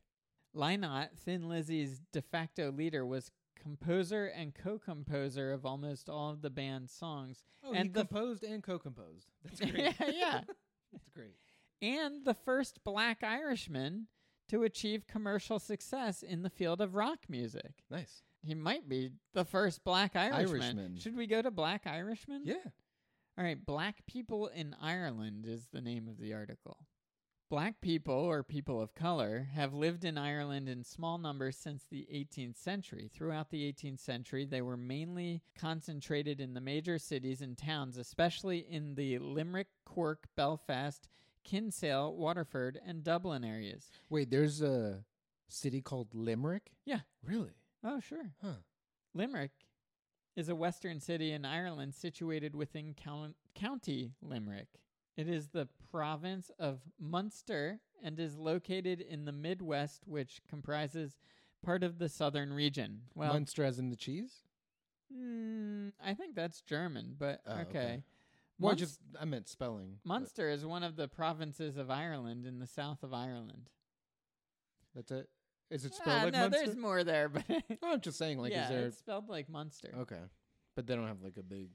[SPEAKER 1] Lynott, Thin Lizzy's de facto leader, was composer and co-composer of almost all of the band's songs.
[SPEAKER 2] Oh,
[SPEAKER 1] he And the-
[SPEAKER 2] composed and co-composed. That's
[SPEAKER 1] yeah, yeah.
[SPEAKER 2] That's great.
[SPEAKER 1] And the first black Irishman to achieve commercial success in the field of rock music.
[SPEAKER 2] Nice.
[SPEAKER 1] He might be the first black Irishman.
[SPEAKER 2] Irishman.
[SPEAKER 1] Should we go to Black Irishman?
[SPEAKER 2] Yeah.
[SPEAKER 1] All right, Black People in Ireland is the name of the article. Black people, or people of color, have lived in Ireland in small numbers since the 18th century. Throughout the 18th century, they were mainly concentrated in the major cities and towns, especially in the Limerick, Cork, Belfast, Kinsale, Waterford, and Dublin areas.
[SPEAKER 2] Wait, there's a city called Limerick.
[SPEAKER 1] Yeah.
[SPEAKER 2] Really?
[SPEAKER 1] Oh, sure.
[SPEAKER 2] Huh.
[SPEAKER 1] Limerick is a western city in Ireland situated within count- County Limerick. It is the province of Munster and is located in the Midwest, which comprises part of the southern region. Well,
[SPEAKER 2] Munster as in the cheese?
[SPEAKER 1] mm, I think that's German, but
[SPEAKER 2] Oh,
[SPEAKER 1] okay.
[SPEAKER 2] okay. Well,
[SPEAKER 1] Munst-
[SPEAKER 2] just uh, I meant spelling. but
[SPEAKER 1] Munster is one of the provinces of Ireland in the south of Ireland.
[SPEAKER 2] That's it. Is it spelled
[SPEAKER 1] Ah,
[SPEAKER 2] like
[SPEAKER 1] no,
[SPEAKER 2] Munster?
[SPEAKER 1] there's more there, but
[SPEAKER 2] No, I'm just saying. Like,
[SPEAKER 1] yeah,
[SPEAKER 2] is there?
[SPEAKER 1] it's spelled like Munster.
[SPEAKER 2] Okay, but they don't have like a big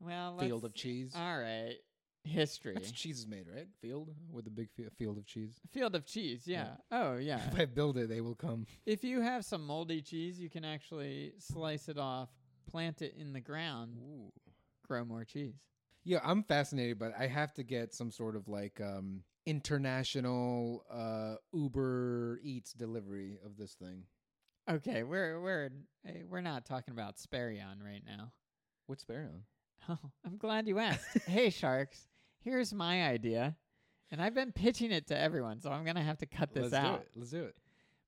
[SPEAKER 1] Well,
[SPEAKER 2] field
[SPEAKER 1] let's- uh,
[SPEAKER 2] of cheese.
[SPEAKER 1] All right, history.
[SPEAKER 2] That's cheese is made, right? Field with a big fi- field of cheese.
[SPEAKER 1] Field of cheese, yeah.
[SPEAKER 2] Yeah.
[SPEAKER 1] Oh, yeah.
[SPEAKER 2] If I build it, they will come.
[SPEAKER 1] if you have some moldy cheese, you can actually slice it off, plant it in the ground,
[SPEAKER 2] Ooh.
[SPEAKER 1] grow more cheese.
[SPEAKER 2] Yeah, I'm fascinated, but I have to get some sort of like um international uh Uber Eats delivery of this thing.
[SPEAKER 1] Okay, we're we're eh, we're not talking about Sparion right now.
[SPEAKER 2] What's bear on?
[SPEAKER 1] Oh, I'm glad you asked. hey, sharks, here's my idea, and I've been pitching it to everyone, so I'm gonna have to cut this
[SPEAKER 2] Let's
[SPEAKER 1] out.
[SPEAKER 2] do it. Let's do it.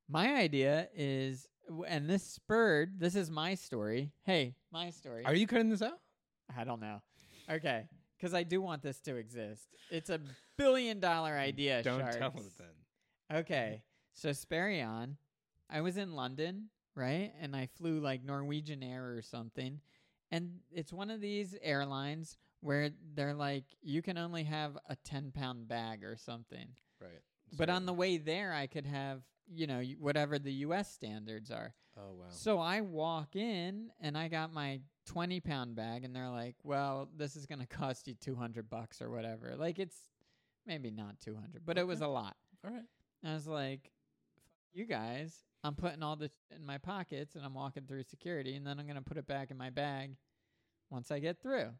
[SPEAKER 1] My idea is, w- and this spurred. This is my story. Hey, my story.
[SPEAKER 2] Are you cutting this out?
[SPEAKER 1] I don't know. Okay, because I do want this to exist. It's a billion dollar idea.
[SPEAKER 2] don't
[SPEAKER 1] sharks.
[SPEAKER 2] tell us then.
[SPEAKER 1] Okay, so Sperion, I was in London, right, and I flew like Norwegian Air or something, and it's one of these airlines where they're like, you can only have a ten pound bag or something.
[SPEAKER 2] Right.
[SPEAKER 1] But on the way there, I could have, you know, y- whatever the US standards are.
[SPEAKER 2] oh wow,
[SPEAKER 1] So I walk in and I got my 20 pound bag, and they're like, well, this is going to cost you 200 bucks or whatever. Like, it's maybe not 200, but it was
[SPEAKER 2] Okay.
[SPEAKER 1] a lot.
[SPEAKER 2] all right,
[SPEAKER 1] I was like, Fuck you guys, I'm putting all this shit in my pockets and I'm walking through security, and then I'm going to put it back in my bag once I get through.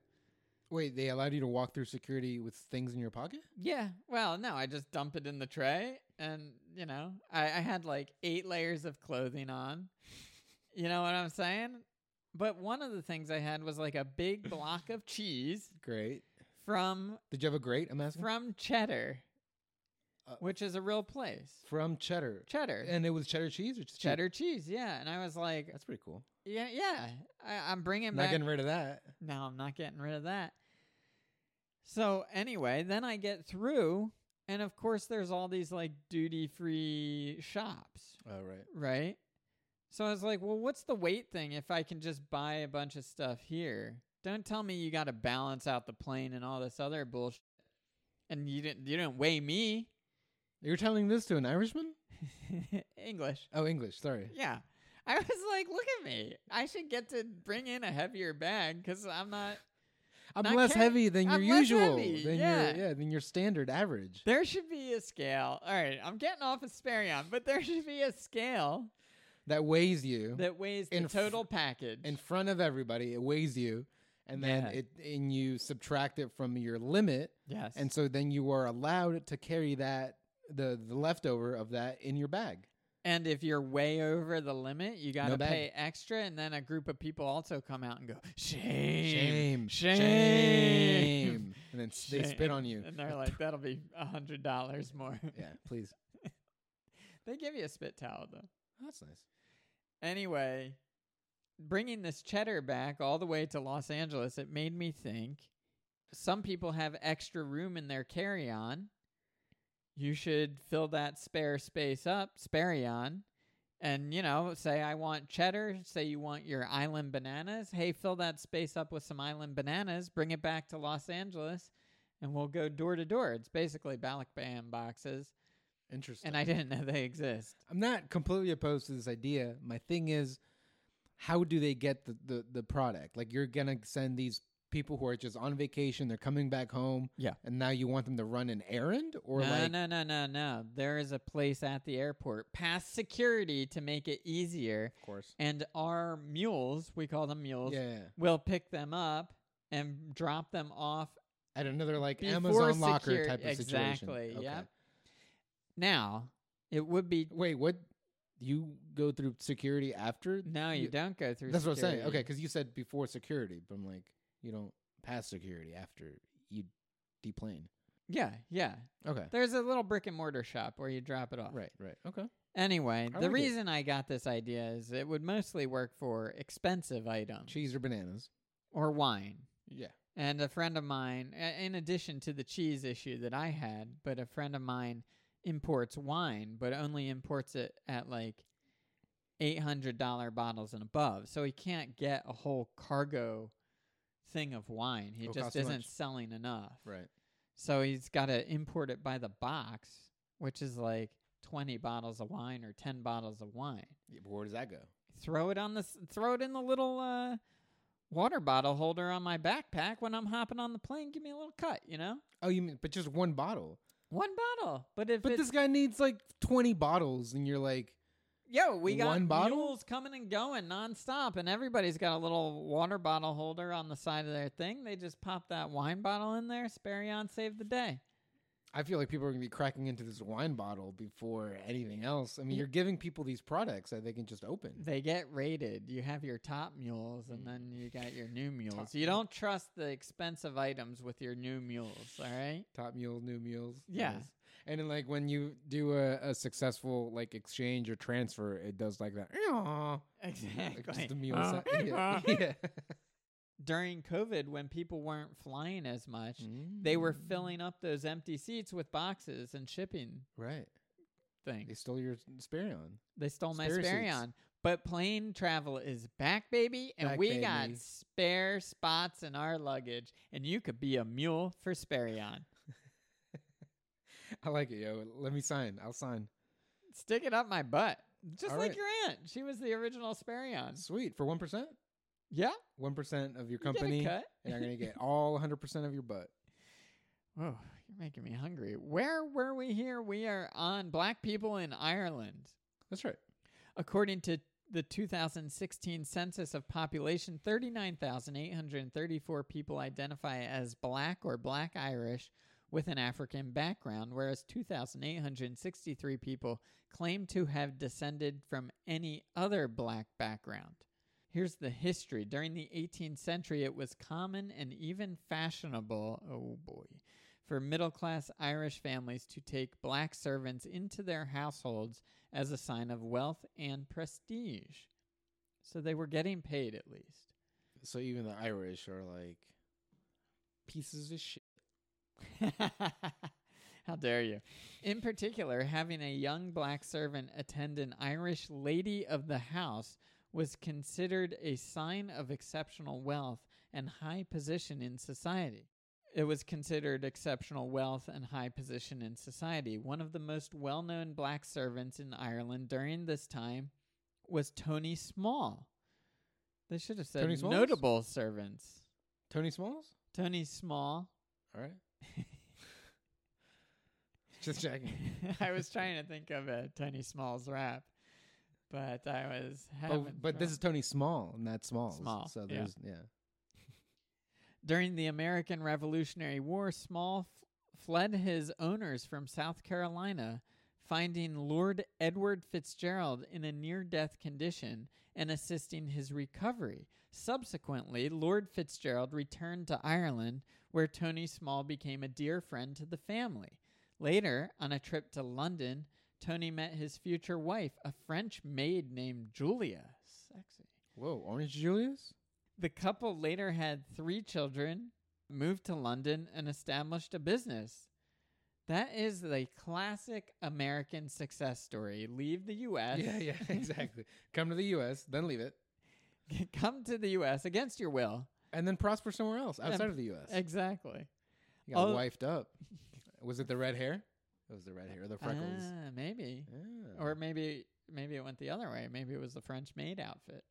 [SPEAKER 2] wait, they allowed you to walk through security with things in your pocket?
[SPEAKER 1] Yeah. Well, no, I just dump it in the tray, and you know, I, I had like eight layers of clothing on. You know what I'm saying? But one of the things I had was like a big block of cheese
[SPEAKER 2] Great.
[SPEAKER 1] from
[SPEAKER 2] Did you have a great? I'm asking
[SPEAKER 1] from Cheddar,
[SPEAKER 2] Uh,
[SPEAKER 1] which is a real place.
[SPEAKER 2] from cheddar,
[SPEAKER 1] Cheddar,
[SPEAKER 2] and it was cheddar cheese or just cheese?
[SPEAKER 1] cheddar cheese. Yeah, and I was like,
[SPEAKER 2] That's pretty cool.
[SPEAKER 1] yeah, yeah, I, I'm bringing
[SPEAKER 2] Not
[SPEAKER 1] back.
[SPEAKER 2] getting rid of that.
[SPEAKER 1] No, I'm not getting rid of that. So anyway, then I get through, and of course, there's all these like duty free shops,
[SPEAKER 2] All Oh, right.
[SPEAKER 1] right? So I was like, well, what's the weight thing if I can just buy a bunch of stuff here? Don't tell me you got to balance out the plane and all this other bullshit. And you didn't you didn't weigh me.
[SPEAKER 2] You're telling this to an Irishman?
[SPEAKER 1] English.
[SPEAKER 2] Oh, English. Sorry.
[SPEAKER 1] Yeah. I was like, look at me. I should get to bring in a heavier bag because I'm not
[SPEAKER 2] I'm
[SPEAKER 1] Not
[SPEAKER 2] less
[SPEAKER 1] carry-
[SPEAKER 2] heavy than your
[SPEAKER 1] I'm less
[SPEAKER 2] usual.
[SPEAKER 1] heavy,
[SPEAKER 2] Than
[SPEAKER 1] yeah.
[SPEAKER 2] your yeah, than your standard average.
[SPEAKER 1] There should be a scale. All right, I'm getting off Asperion, but there should be a scale
[SPEAKER 2] That weighs you
[SPEAKER 1] that weighs the
[SPEAKER 2] In f-
[SPEAKER 1] total package.
[SPEAKER 2] in front of everybody. It weighs you, and then
[SPEAKER 1] Yeah.
[SPEAKER 2] it and you subtract it from your limit,
[SPEAKER 1] yes.
[SPEAKER 2] and so then you are allowed to carry that the the leftover of that in your bag.
[SPEAKER 1] and if you're way over the limit, you got to
[SPEAKER 2] No bag.
[SPEAKER 1] pay extra. And then a group of people also come out and go, shame.
[SPEAKER 2] Shame,
[SPEAKER 1] Shame.
[SPEAKER 2] and then s- they spit on you.
[SPEAKER 1] And they're like, that'll be a $100 more.
[SPEAKER 2] Yeah, please.
[SPEAKER 1] they give you a spit towel, though.
[SPEAKER 2] That's nice.
[SPEAKER 1] Anyway, bringing this cheddar back all the way to Los Angeles, it made me think some people have extra room in their carry on. You should fill that spare space up, spare on. And, you know, say I want cheddar, say you want your island bananas. Hey, fill that space up with some island bananas, bring it back to Los Angeles, and we'll go door to door. It's basically Balakban boxes.
[SPEAKER 2] Interesting.
[SPEAKER 1] And I didn't know they exist.
[SPEAKER 2] I'm not completely opposed to this idea. My thing is, how do they get the, the, the product? Like, you're going to send these people who are just on vacation, they're coming back home.
[SPEAKER 1] Yeah.
[SPEAKER 2] And now you want them to run an errand? Or,
[SPEAKER 1] no,
[SPEAKER 2] like,
[SPEAKER 1] no, no, no, no. There is a place at the airport past security to make it easier,
[SPEAKER 2] of course.
[SPEAKER 1] and our mules, we call them mules,
[SPEAKER 2] Yeah.
[SPEAKER 1] will pick them up and drop them off.
[SPEAKER 2] At another, like,
[SPEAKER 1] Before
[SPEAKER 2] Amazon locker
[SPEAKER 1] secure-
[SPEAKER 2] type of situation.
[SPEAKER 1] exactly, yep. Now, it would be
[SPEAKER 2] Wait, what? You go through security after?
[SPEAKER 1] no, you
[SPEAKER 2] You-
[SPEAKER 1] don't go through.
[SPEAKER 2] That's what I'm saying.
[SPEAKER 1] security.
[SPEAKER 2] Okay, because you said before security, but I'm like, you don't pass security after you deplane.
[SPEAKER 1] Yeah, yeah.
[SPEAKER 2] Okay.
[SPEAKER 1] There's a little brick and mortar shop where you drop it off.
[SPEAKER 2] Right, right. Okay.
[SPEAKER 1] Anyway,
[SPEAKER 2] I
[SPEAKER 1] the
[SPEAKER 2] like it.
[SPEAKER 1] reason I got this idea is it would mostly work for expensive items
[SPEAKER 2] Cheese or bananas?
[SPEAKER 1] or wine.
[SPEAKER 2] Yeah.
[SPEAKER 1] And a friend of mine, a- in addition to the cheese issue that I had, but a friend of mine imports wine, but only imports it at like $800 bottles and above. So he can't get a whole cargo thing of wine. He
[SPEAKER 2] It'll
[SPEAKER 1] just
[SPEAKER 2] cost too
[SPEAKER 1] isn't
[SPEAKER 2] much.
[SPEAKER 1] selling enough.
[SPEAKER 2] Right.
[SPEAKER 1] So he's got to import it by the box, which is like 20 bottles of wine or 10 bottles of wine.
[SPEAKER 2] Yeah, but where does that go?
[SPEAKER 1] throw it on the s throw it in the little uh, water bottle holder on my backpack when I'm hopping on the plane. Give me a little cut, you know,
[SPEAKER 2] Oh, you mean, but just one bottle.
[SPEAKER 1] one bottle. But if
[SPEAKER 2] But
[SPEAKER 1] it's,
[SPEAKER 2] this guy needs like 20 bottles, and you're like,
[SPEAKER 1] yo, we got
[SPEAKER 2] one bottle?
[SPEAKER 1] mules coming and going nonstop, and everybody's got a little water bottle holder on the side of their thing. They just pop that wine bottle in there. Sparion save the day.
[SPEAKER 2] I feel like people are going to be cracking into this wine bottle before anything else. I mean,
[SPEAKER 1] Yeah.
[SPEAKER 2] you're giving people these products that they can just open.
[SPEAKER 1] They get rated. You have your top mules, and
[SPEAKER 2] Mm.
[SPEAKER 1] then you got your new mules.
[SPEAKER 2] Top
[SPEAKER 1] you
[SPEAKER 2] mule.
[SPEAKER 1] don't trust the expensive items with your new mules. All right.
[SPEAKER 2] Top mules, new mules.
[SPEAKER 1] Yeah.
[SPEAKER 2] Nice. And then, like, when you do a, a successful like exchange or transfer, it does like that.
[SPEAKER 1] Exactly.
[SPEAKER 2] Like, just the mule
[SPEAKER 1] Uh,
[SPEAKER 2] sound. Yeah. yeah.
[SPEAKER 1] during COVID when people weren't flying as much, they were
[SPEAKER 2] Mm.
[SPEAKER 1] filling up those empty seats with boxes and shipping
[SPEAKER 2] Right. They
[SPEAKER 1] things.
[SPEAKER 2] stole your Sperion.
[SPEAKER 1] They stole my
[SPEAKER 2] Spare seats.
[SPEAKER 1] Sparion. But plane travel is back, baby, and
[SPEAKER 2] Back,
[SPEAKER 1] we got
[SPEAKER 2] baby.
[SPEAKER 1] spare spots in our luggage, and you could be a mule for Sparion.
[SPEAKER 2] I like it, yo. Let me sign. I'll sign.
[SPEAKER 1] Stick it up my butt. Just
[SPEAKER 2] All
[SPEAKER 1] like
[SPEAKER 2] right.
[SPEAKER 1] your aunt. She was the original Sparion.
[SPEAKER 2] Sweet for one percent.
[SPEAKER 1] Yeah.
[SPEAKER 2] One percent of
[SPEAKER 1] you
[SPEAKER 2] your
[SPEAKER 1] get a
[SPEAKER 2] company,
[SPEAKER 1] cut.
[SPEAKER 2] and I'm gonna get all 100 percent of your butt.
[SPEAKER 1] Whoa, Oh, you're making me hungry. Where were we here? We are on Black People in Ireland.
[SPEAKER 2] That's right.
[SPEAKER 1] According to the 2016 census of population, 39,834 people identify as black or black Irish with an African background, whereas 2,863 people claim to have descended from any other black background. Here's the history. During the 18th century, it was common and even fashionable, oh boy, for middle class Irish families to take black servants into their households as a sign of wealth and prestige. So they were getting paid at least.
[SPEAKER 2] So even the Irish are like pieces of shit.
[SPEAKER 1] How dare you? In particular, having a young black servant attend an Irish lady of the house was considered a sign of exceptional wealth and high position in society. It was considered exceptional wealth and high position in society. One of the most well known black servants in Ireland during this time was Tony Small. They should have said
[SPEAKER 2] Tony Smalls?
[SPEAKER 1] notable servants.
[SPEAKER 2] Tony Smalls.
[SPEAKER 1] Tony Small.
[SPEAKER 2] All right. Just checking.
[SPEAKER 1] I was trying to think of a Tony Smalls rap, but I was having
[SPEAKER 2] Oh, But, but this
[SPEAKER 1] trouble.
[SPEAKER 2] is Tony Small, not Smalls.
[SPEAKER 1] Small,
[SPEAKER 2] So
[SPEAKER 1] yeah.
[SPEAKER 2] there's yeah.
[SPEAKER 1] during the American Revolutionary War. Small f- fled his owners from South Carolina, finding Lord Edward Fitzgerald in a near-death condition and assisting his recovery. Subsequently, Lord Fitzgerald returned to Ireland, where Tony Small became a dear friend to the family. Later, on a trip to London, Tony met his future wife, a French maid named Julia. Sexy.
[SPEAKER 2] Whoa, Orange Julius.
[SPEAKER 1] The couple later had three children, moved to London, and established a business. That is the classic American success story. Leave the U.S.,
[SPEAKER 2] Yeah, yeah, exactly. Come to the U.S., then leave it,
[SPEAKER 1] come to the U.S. against your will.
[SPEAKER 2] and then prosper somewhere else
[SPEAKER 1] And-
[SPEAKER 2] outside of the U.S.
[SPEAKER 1] Exactly.
[SPEAKER 2] You got
[SPEAKER 1] Oh.
[SPEAKER 2] wifed up. Was it the red hair? It was the red hair, the freckles.
[SPEAKER 1] Ah, maybe.
[SPEAKER 2] Yeah.
[SPEAKER 1] Or maybe maybe it went the other way. Maybe it was the French maid outfit.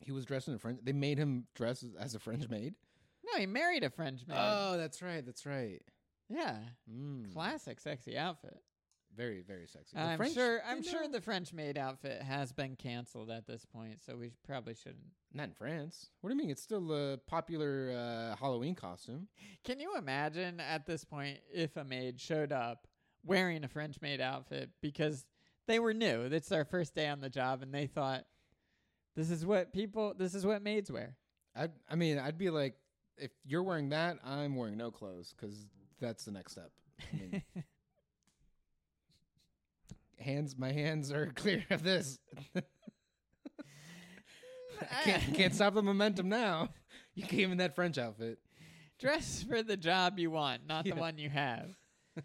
[SPEAKER 2] he was dressed in a French. They made him dress as- as a French maid.
[SPEAKER 1] No, he married a French maid.
[SPEAKER 2] Oh, that's right. That's right.
[SPEAKER 1] yeah.
[SPEAKER 2] Mm.
[SPEAKER 1] Classic sexy outfit.
[SPEAKER 2] Very, very sexy. The
[SPEAKER 1] I'm
[SPEAKER 2] French-
[SPEAKER 1] sure
[SPEAKER 2] they
[SPEAKER 1] I'm
[SPEAKER 2] know-
[SPEAKER 1] sure the French maid outfit has been canceled at this point, so we sh- probably shouldn't
[SPEAKER 2] not in France. What do you mean? It's still a popular uh, Halloween costume.
[SPEAKER 1] Can you imagine at this point if a maid showed up wearing a French maid outfit because they were new? It's their first day on the job and they thought this is what people this is what maids wear.
[SPEAKER 2] I, I mean, I'd be like, if you're wearing that, I'm wearing no clothes because that's the next step. I mean, hands, my hands are clear of this. I can't, can't stop the momentum now. You came in that French outfit.
[SPEAKER 1] Dress for the job you want, not the
[SPEAKER 2] Yeah.
[SPEAKER 1] one you have.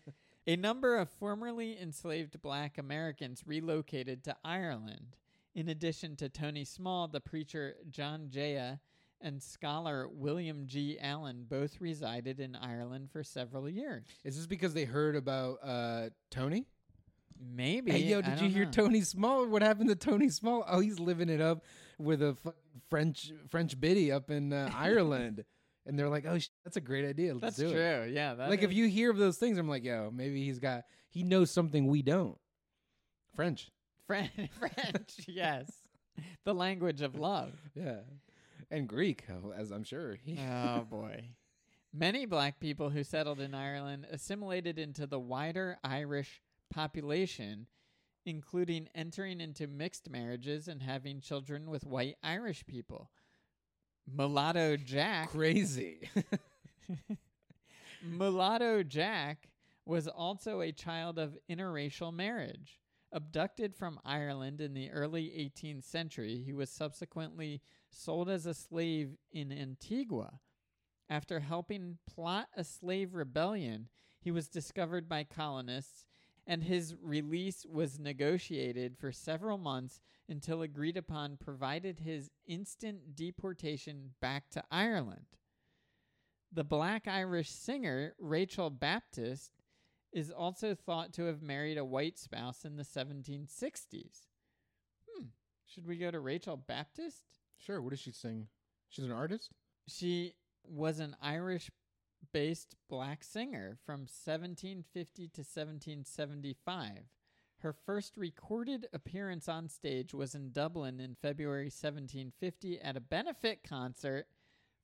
[SPEAKER 1] a number of formerly enslaved black Americans relocated to Ireland. In addition to Tony Small, the preacher John Jaya and scholar William G. Allen both resided in Ireland for several years.
[SPEAKER 2] Is this because they heard about uh, Tony?
[SPEAKER 1] Maybe.
[SPEAKER 2] Hey, yo,
[SPEAKER 1] I
[SPEAKER 2] did you
[SPEAKER 1] don't
[SPEAKER 2] hear
[SPEAKER 1] know.
[SPEAKER 2] Tony Small? What happened to Tony Small? Oh, he's living it up with a f- French French biddy up in uh, Ireland, and they're like, "Oh, sh- that's a great idea.
[SPEAKER 1] That's
[SPEAKER 2] Let's do
[SPEAKER 1] true.
[SPEAKER 2] it."
[SPEAKER 1] Yeah. That
[SPEAKER 2] Like, if
[SPEAKER 1] is-
[SPEAKER 2] you hear of those things, I'm like, "Yo, maybe he's got he knows something we don't." French,
[SPEAKER 1] French, French, yes, the language of love.
[SPEAKER 2] yeah, and Greek, oh, as I'm sure. He,
[SPEAKER 1] Oh boy. Many black people who settled in Ireland assimilated into the wider Irish population, including entering into mixed marriages and having children with white Irish people. Mulatto Jack
[SPEAKER 2] crazy.
[SPEAKER 1] Mulatto Jack was also a child of interracial marriage. Abducted from Ireland in the early 18th century, he was subsequently sold as a slave in Antigua. After helping plot a slave rebellion, he was discovered by colonists, and his release was negotiated for several months until agreed upon, provided his instant deportation back to Ireland the black Irish singer Rachel Baptist is also thought to have married a white spouse in the 1760s. Hmm. Should we go to Rachel Baptist?
[SPEAKER 2] Sure. What does she sing? She's an artist.
[SPEAKER 1] She was an Irish based black singer from 1750 to 1775. Her first recorded appearance on stage was in Dublin in February 1750 at a benefit concert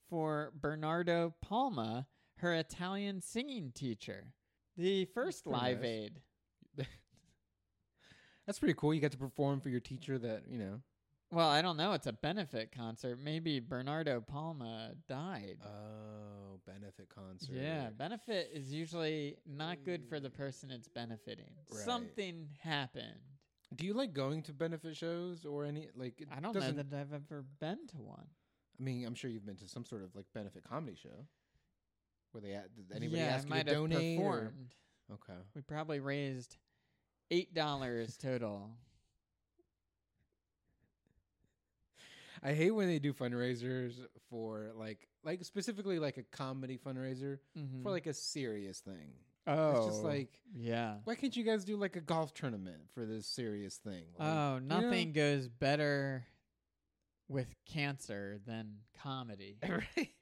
[SPEAKER 1] for Bernardo Palma, her Italian singing teacher. The first
[SPEAKER 2] pretty
[SPEAKER 1] Live
[SPEAKER 2] nice.
[SPEAKER 1] Aid.
[SPEAKER 2] That's pretty cool. You got to perform for your teacher. That you know.
[SPEAKER 1] Well, I don't know. It's a benefit concert. Maybe Bernardo Palma died.
[SPEAKER 2] Oh, benefit concert.
[SPEAKER 1] Yeah, benefit is usually not good for the person it's benefiting.
[SPEAKER 2] Right.
[SPEAKER 1] Something happened.
[SPEAKER 2] Do you like going to benefit shows or any like? It
[SPEAKER 1] I don't know
[SPEAKER 2] doesn't,
[SPEAKER 1] that I've ever been to one.
[SPEAKER 2] I mean, I'm sure you've been to some sort of like benefit comedy show. Where they a- did anybody
[SPEAKER 1] yeah, I
[SPEAKER 2] ask you
[SPEAKER 1] might
[SPEAKER 2] to
[SPEAKER 1] have
[SPEAKER 2] donate? or-
[SPEAKER 1] performed.
[SPEAKER 2] Okay.
[SPEAKER 1] We probably raised eight dollars total.
[SPEAKER 2] I hate when they do fundraisers for like like specifically like a comedy fundraiser
[SPEAKER 1] Mhm.
[SPEAKER 2] for like a serious thing.
[SPEAKER 1] oh,
[SPEAKER 2] It's just like
[SPEAKER 1] yeah.
[SPEAKER 2] why can't you guys do like a golf tournament for this serious thing? Like,
[SPEAKER 1] Oh,
[SPEAKER 2] you know?
[SPEAKER 1] nothing goes better with cancer than comedy.
[SPEAKER 2] Right?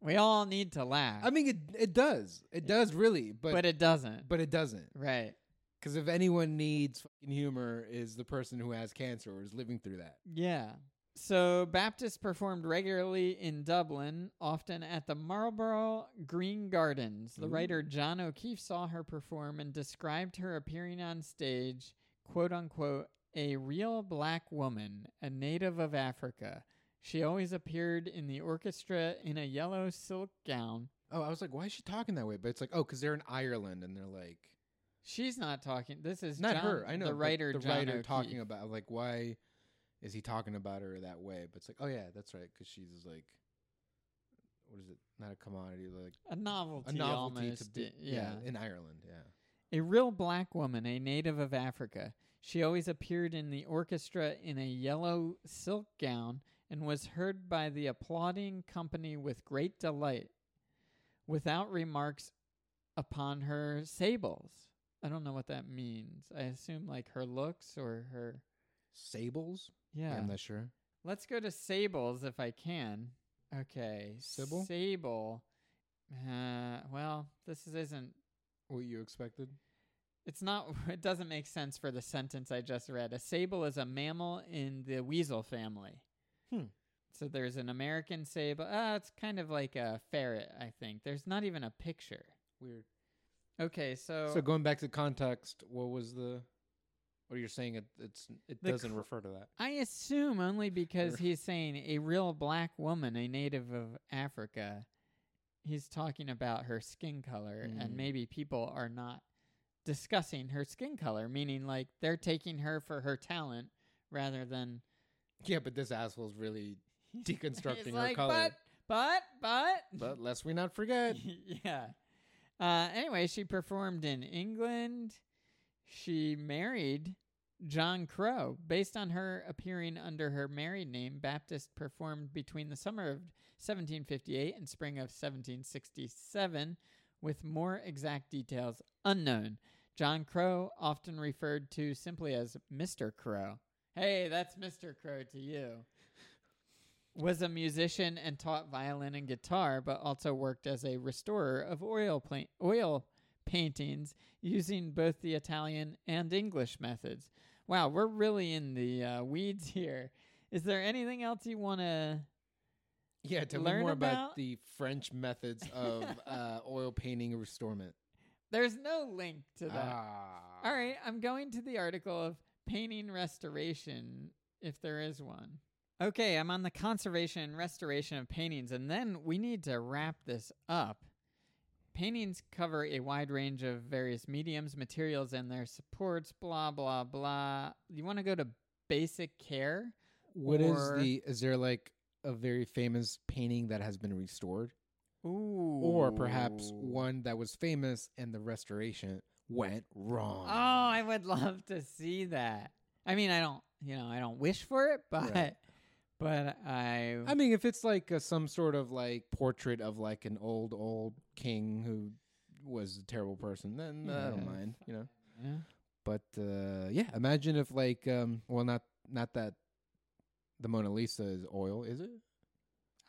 [SPEAKER 1] we all need to laugh,
[SPEAKER 2] I mean it it does. It does really, but
[SPEAKER 1] but
[SPEAKER 2] but it,
[SPEAKER 1] it doesn't.
[SPEAKER 2] doesn't.
[SPEAKER 1] right.
[SPEAKER 2] Cuz if anyone needs fucking humor is the person who has cancer or is living through that.
[SPEAKER 1] Yeah. So Baptist performed regularly in Dublin, often at the Marlborough Green Gardens. The
[SPEAKER 2] Ooh.
[SPEAKER 1] writer John O'Keefe saw her perform and described her appearing on stage, quote unquote, a real black woman, a native of Africa. She always appeared in the orchestra in a yellow silk gown.
[SPEAKER 2] Oh, I was like why is she talking that way? But it's like oh cuz they're in Ireland and they're like
[SPEAKER 1] She's not talking. This is
[SPEAKER 2] not
[SPEAKER 1] John-
[SPEAKER 2] her. I know
[SPEAKER 1] the
[SPEAKER 2] but
[SPEAKER 1] writer.
[SPEAKER 2] the
[SPEAKER 1] John
[SPEAKER 2] writer
[SPEAKER 1] O'Keefe.
[SPEAKER 2] talking about like why is he talking about her that way? But it's like, oh yeah, that's right, because she's like, what is it? Not a commodity, like
[SPEAKER 1] a novelty,
[SPEAKER 2] a novelty to
[SPEAKER 1] almost. uh,
[SPEAKER 2] be,
[SPEAKER 1] yeah.
[SPEAKER 2] in Ireland, yeah.
[SPEAKER 1] A real black woman, a native of Africa, she always appeared in the orchestra in a yellow silk gown and was heard by the applauding company with great delight, without remarks upon her sables. I don't know what that means. I assume like her looks or her.
[SPEAKER 2] Sables,
[SPEAKER 1] Yeah.
[SPEAKER 2] I'm not sure.
[SPEAKER 1] Let's go to sables if I can. Okay.
[SPEAKER 2] Sybil?
[SPEAKER 1] Sable. Uh, well, this is- isn't
[SPEAKER 2] What you expected?
[SPEAKER 1] It's not. It doesn't make sense for the sentence I just read. A sable is a mammal in the weasel family.
[SPEAKER 2] Hmm.
[SPEAKER 1] So there's an American sable. Ah, it's kind of like a ferret, I think. There's not even a picture.
[SPEAKER 2] Weird.
[SPEAKER 1] Okay, so,
[SPEAKER 2] So going back to context, what was the? What you're saying? It it's it
[SPEAKER 1] The
[SPEAKER 2] doesn't
[SPEAKER 1] cr-
[SPEAKER 2] refer to that.
[SPEAKER 1] I assume only because he's saying a real black woman, a native of Africa, he's talking about her skin color,
[SPEAKER 2] Mm.
[SPEAKER 1] and maybe people are not discussing her skin color, meaning like they're taking her for her talent rather than
[SPEAKER 2] Yeah, but this asshole's really deconstructing her
[SPEAKER 1] He's like,
[SPEAKER 2] color.
[SPEAKER 1] But, but,
[SPEAKER 2] But lest we not forget,
[SPEAKER 1] yeah. Uh, anyway, she performed in England. She married John Crow. Based on her appearing under her married name, Baptist performed between the summer of 1758 and spring of 1767, with more exact details unknown. John Crow, often referred to simply as Mr. Crow. Hey, that's Mr. Crow to you. Was a musician and taught violin and guitar, but also worked as a restorer of oil pla- oil paintings using both the Italian and English methods. Wow, we're really in the uh, weeds here. Is there anything else you want to?
[SPEAKER 2] yeah, tell me
[SPEAKER 1] Learn
[SPEAKER 2] more about,
[SPEAKER 1] about-
[SPEAKER 2] the French methods of uh, oil painting and restorement.
[SPEAKER 1] There's no link to that.
[SPEAKER 2] Ah.
[SPEAKER 1] All right, I'm going to the article of painting restoration, if there is one. Okay, I'm on the conservation and restoration of paintings, and then we need to wrap this up. Paintings cover a wide range of various mediums, materials, and their supports, blah, blah, blah. You want to go to basic care?
[SPEAKER 2] What is
[SPEAKER 1] or-
[SPEAKER 2] the? Is there like a very famous painting that has been restored,
[SPEAKER 1] Ooh.
[SPEAKER 2] or perhaps one that was famous and the restoration went
[SPEAKER 1] Oh,
[SPEAKER 2] wrong?
[SPEAKER 1] I would love to see that. I mean, I don't, you know, I don't wish for it, but.
[SPEAKER 2] Right.
[SPEAKER 1] But I,
[SPEAKER 2] I mean, if it's like uh some sort of like portrait of like an old old king who was a terrible person, then uh, I don't
[SPEAKER 1] Yeah.
[SPEAKER 2] mind, you know.
[SPEAKER 1] Yeah.
[SPEAKER 2] But uh, yeah, imagine if like, um, well, not not that the Mona Lisa is oil, is it?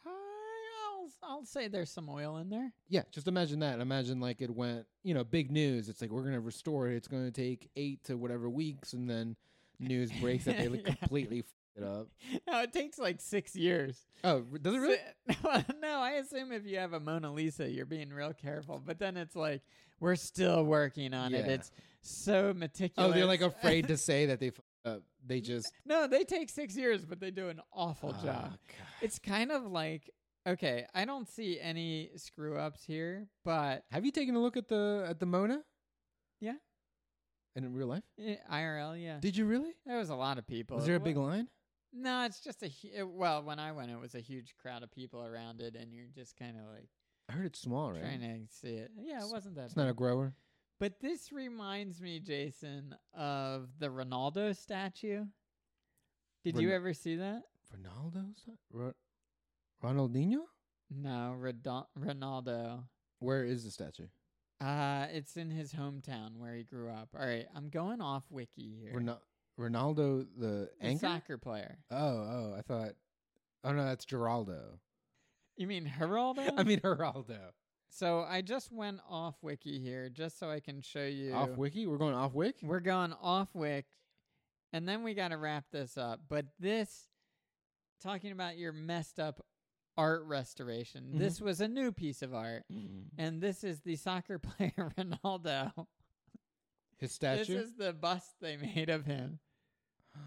[SPEAKER 1] I, I'll I'll say there's some oil in there.
[SPEAKER 2] Yeah, just imagine that. Imagine like it went, you know, big news. It's like we're gonna restore it. It's gonna take eight to whatever weeks, and then news breaks that they like,
[SPEAKER 1] Yeah.
[SPEAKER 2] completely f- it up.
[SPEAKER 1] No, it takes like six years.
[SPEAKER 2] Oh, r- does it really?
[SPEAKER 1] Si- no, I assume if you have a Mona Lisa, you're being real careful. But then it's like we're still working on it.
[SPEAKER 2] Yeah.
[SPEAKER 1] It's so meticulous.
[SPEAKER 2] Oh, they're like afraid to say that they f- up. They just
[SPEAKER 1] no, they take six years, but they do an awful
[SPEAKER 2] Ah,
[SPEAKER 1] job.
[SPEAKER 2] God.
[SPEAKER 1] It's kind of like okay, I don't see any screw ups here, but
[SPEAKER 2] Have you taken a look at the at the Mona?
[SPEAKER 1] Yeah.
[SPEAKER 2] And in real life,
[SPEAKER 1] eh, IRL, yeah,
[SPEAKER 2] did you really?
[SPEAKER 1] there was a lot of people.
[SPEAKER 2] Was there a
[SPEAKER 1] It
[SPEAKER 2] big
[SPEAKER 1] wa-
[SPEAKER 2] line?
[SPEAKER 1] No, it's just a hu- it- well. When I went, it was a huge crowd of people around it, and you're just kind of like
[SPEAKER 2] I heard it's small, right?
[SPEAKER 1] trying to see it. Yeah, it
[SPEAKER 2] S-
[SPEAKER 1] wasn't that.
[SPEAKER 2] Oh, It's not a grower.
[SPEAKER 1] But this reminds me, Jason, of the Ronaldo statue. Did you
[SPEAKER 2] Ron-
[SPEAKER 1] ever see that?
[SPEAKER 2] Ronaldo's Ro- Ronaldinho.
[SPEAKER 1] No, Rodon- Ronaldo.
[SPEAKER 2] Where is the statue?
[SPEAKER 1] Uh, it's in his hometown where he grew up. All right, I'm going off wiki here.
[SPEAKER 2] Ron- Ronaldo the
[SPEAKER 1] The
[SPEAKER 2] anchor.
[SPEAKER 1] soccer player.
[SPEAKER 2] Oh, oh, I thought. Oh no, that's Geraldo.
[SPEAKER 1] You mean Geraldo?
[SPEAKER 2] I mean Geraldo.
[SPEAKER 1] so I just went off wiki here just so I can show you.
[SPEAKER 2] Off wiki. We're going off wiki.
[SPEAKER 1] We're going off wick. And then we got to wrap this up. But this, talking about your messed up art restoration,
[SPEAKER 2] Mhm.
[SPEAKER 1] this was a new piece of art. And this is the soccer player Ronaldo. This
[SPEAKER 2] His statue.
[SPEAKER 1] is the bust they made of him.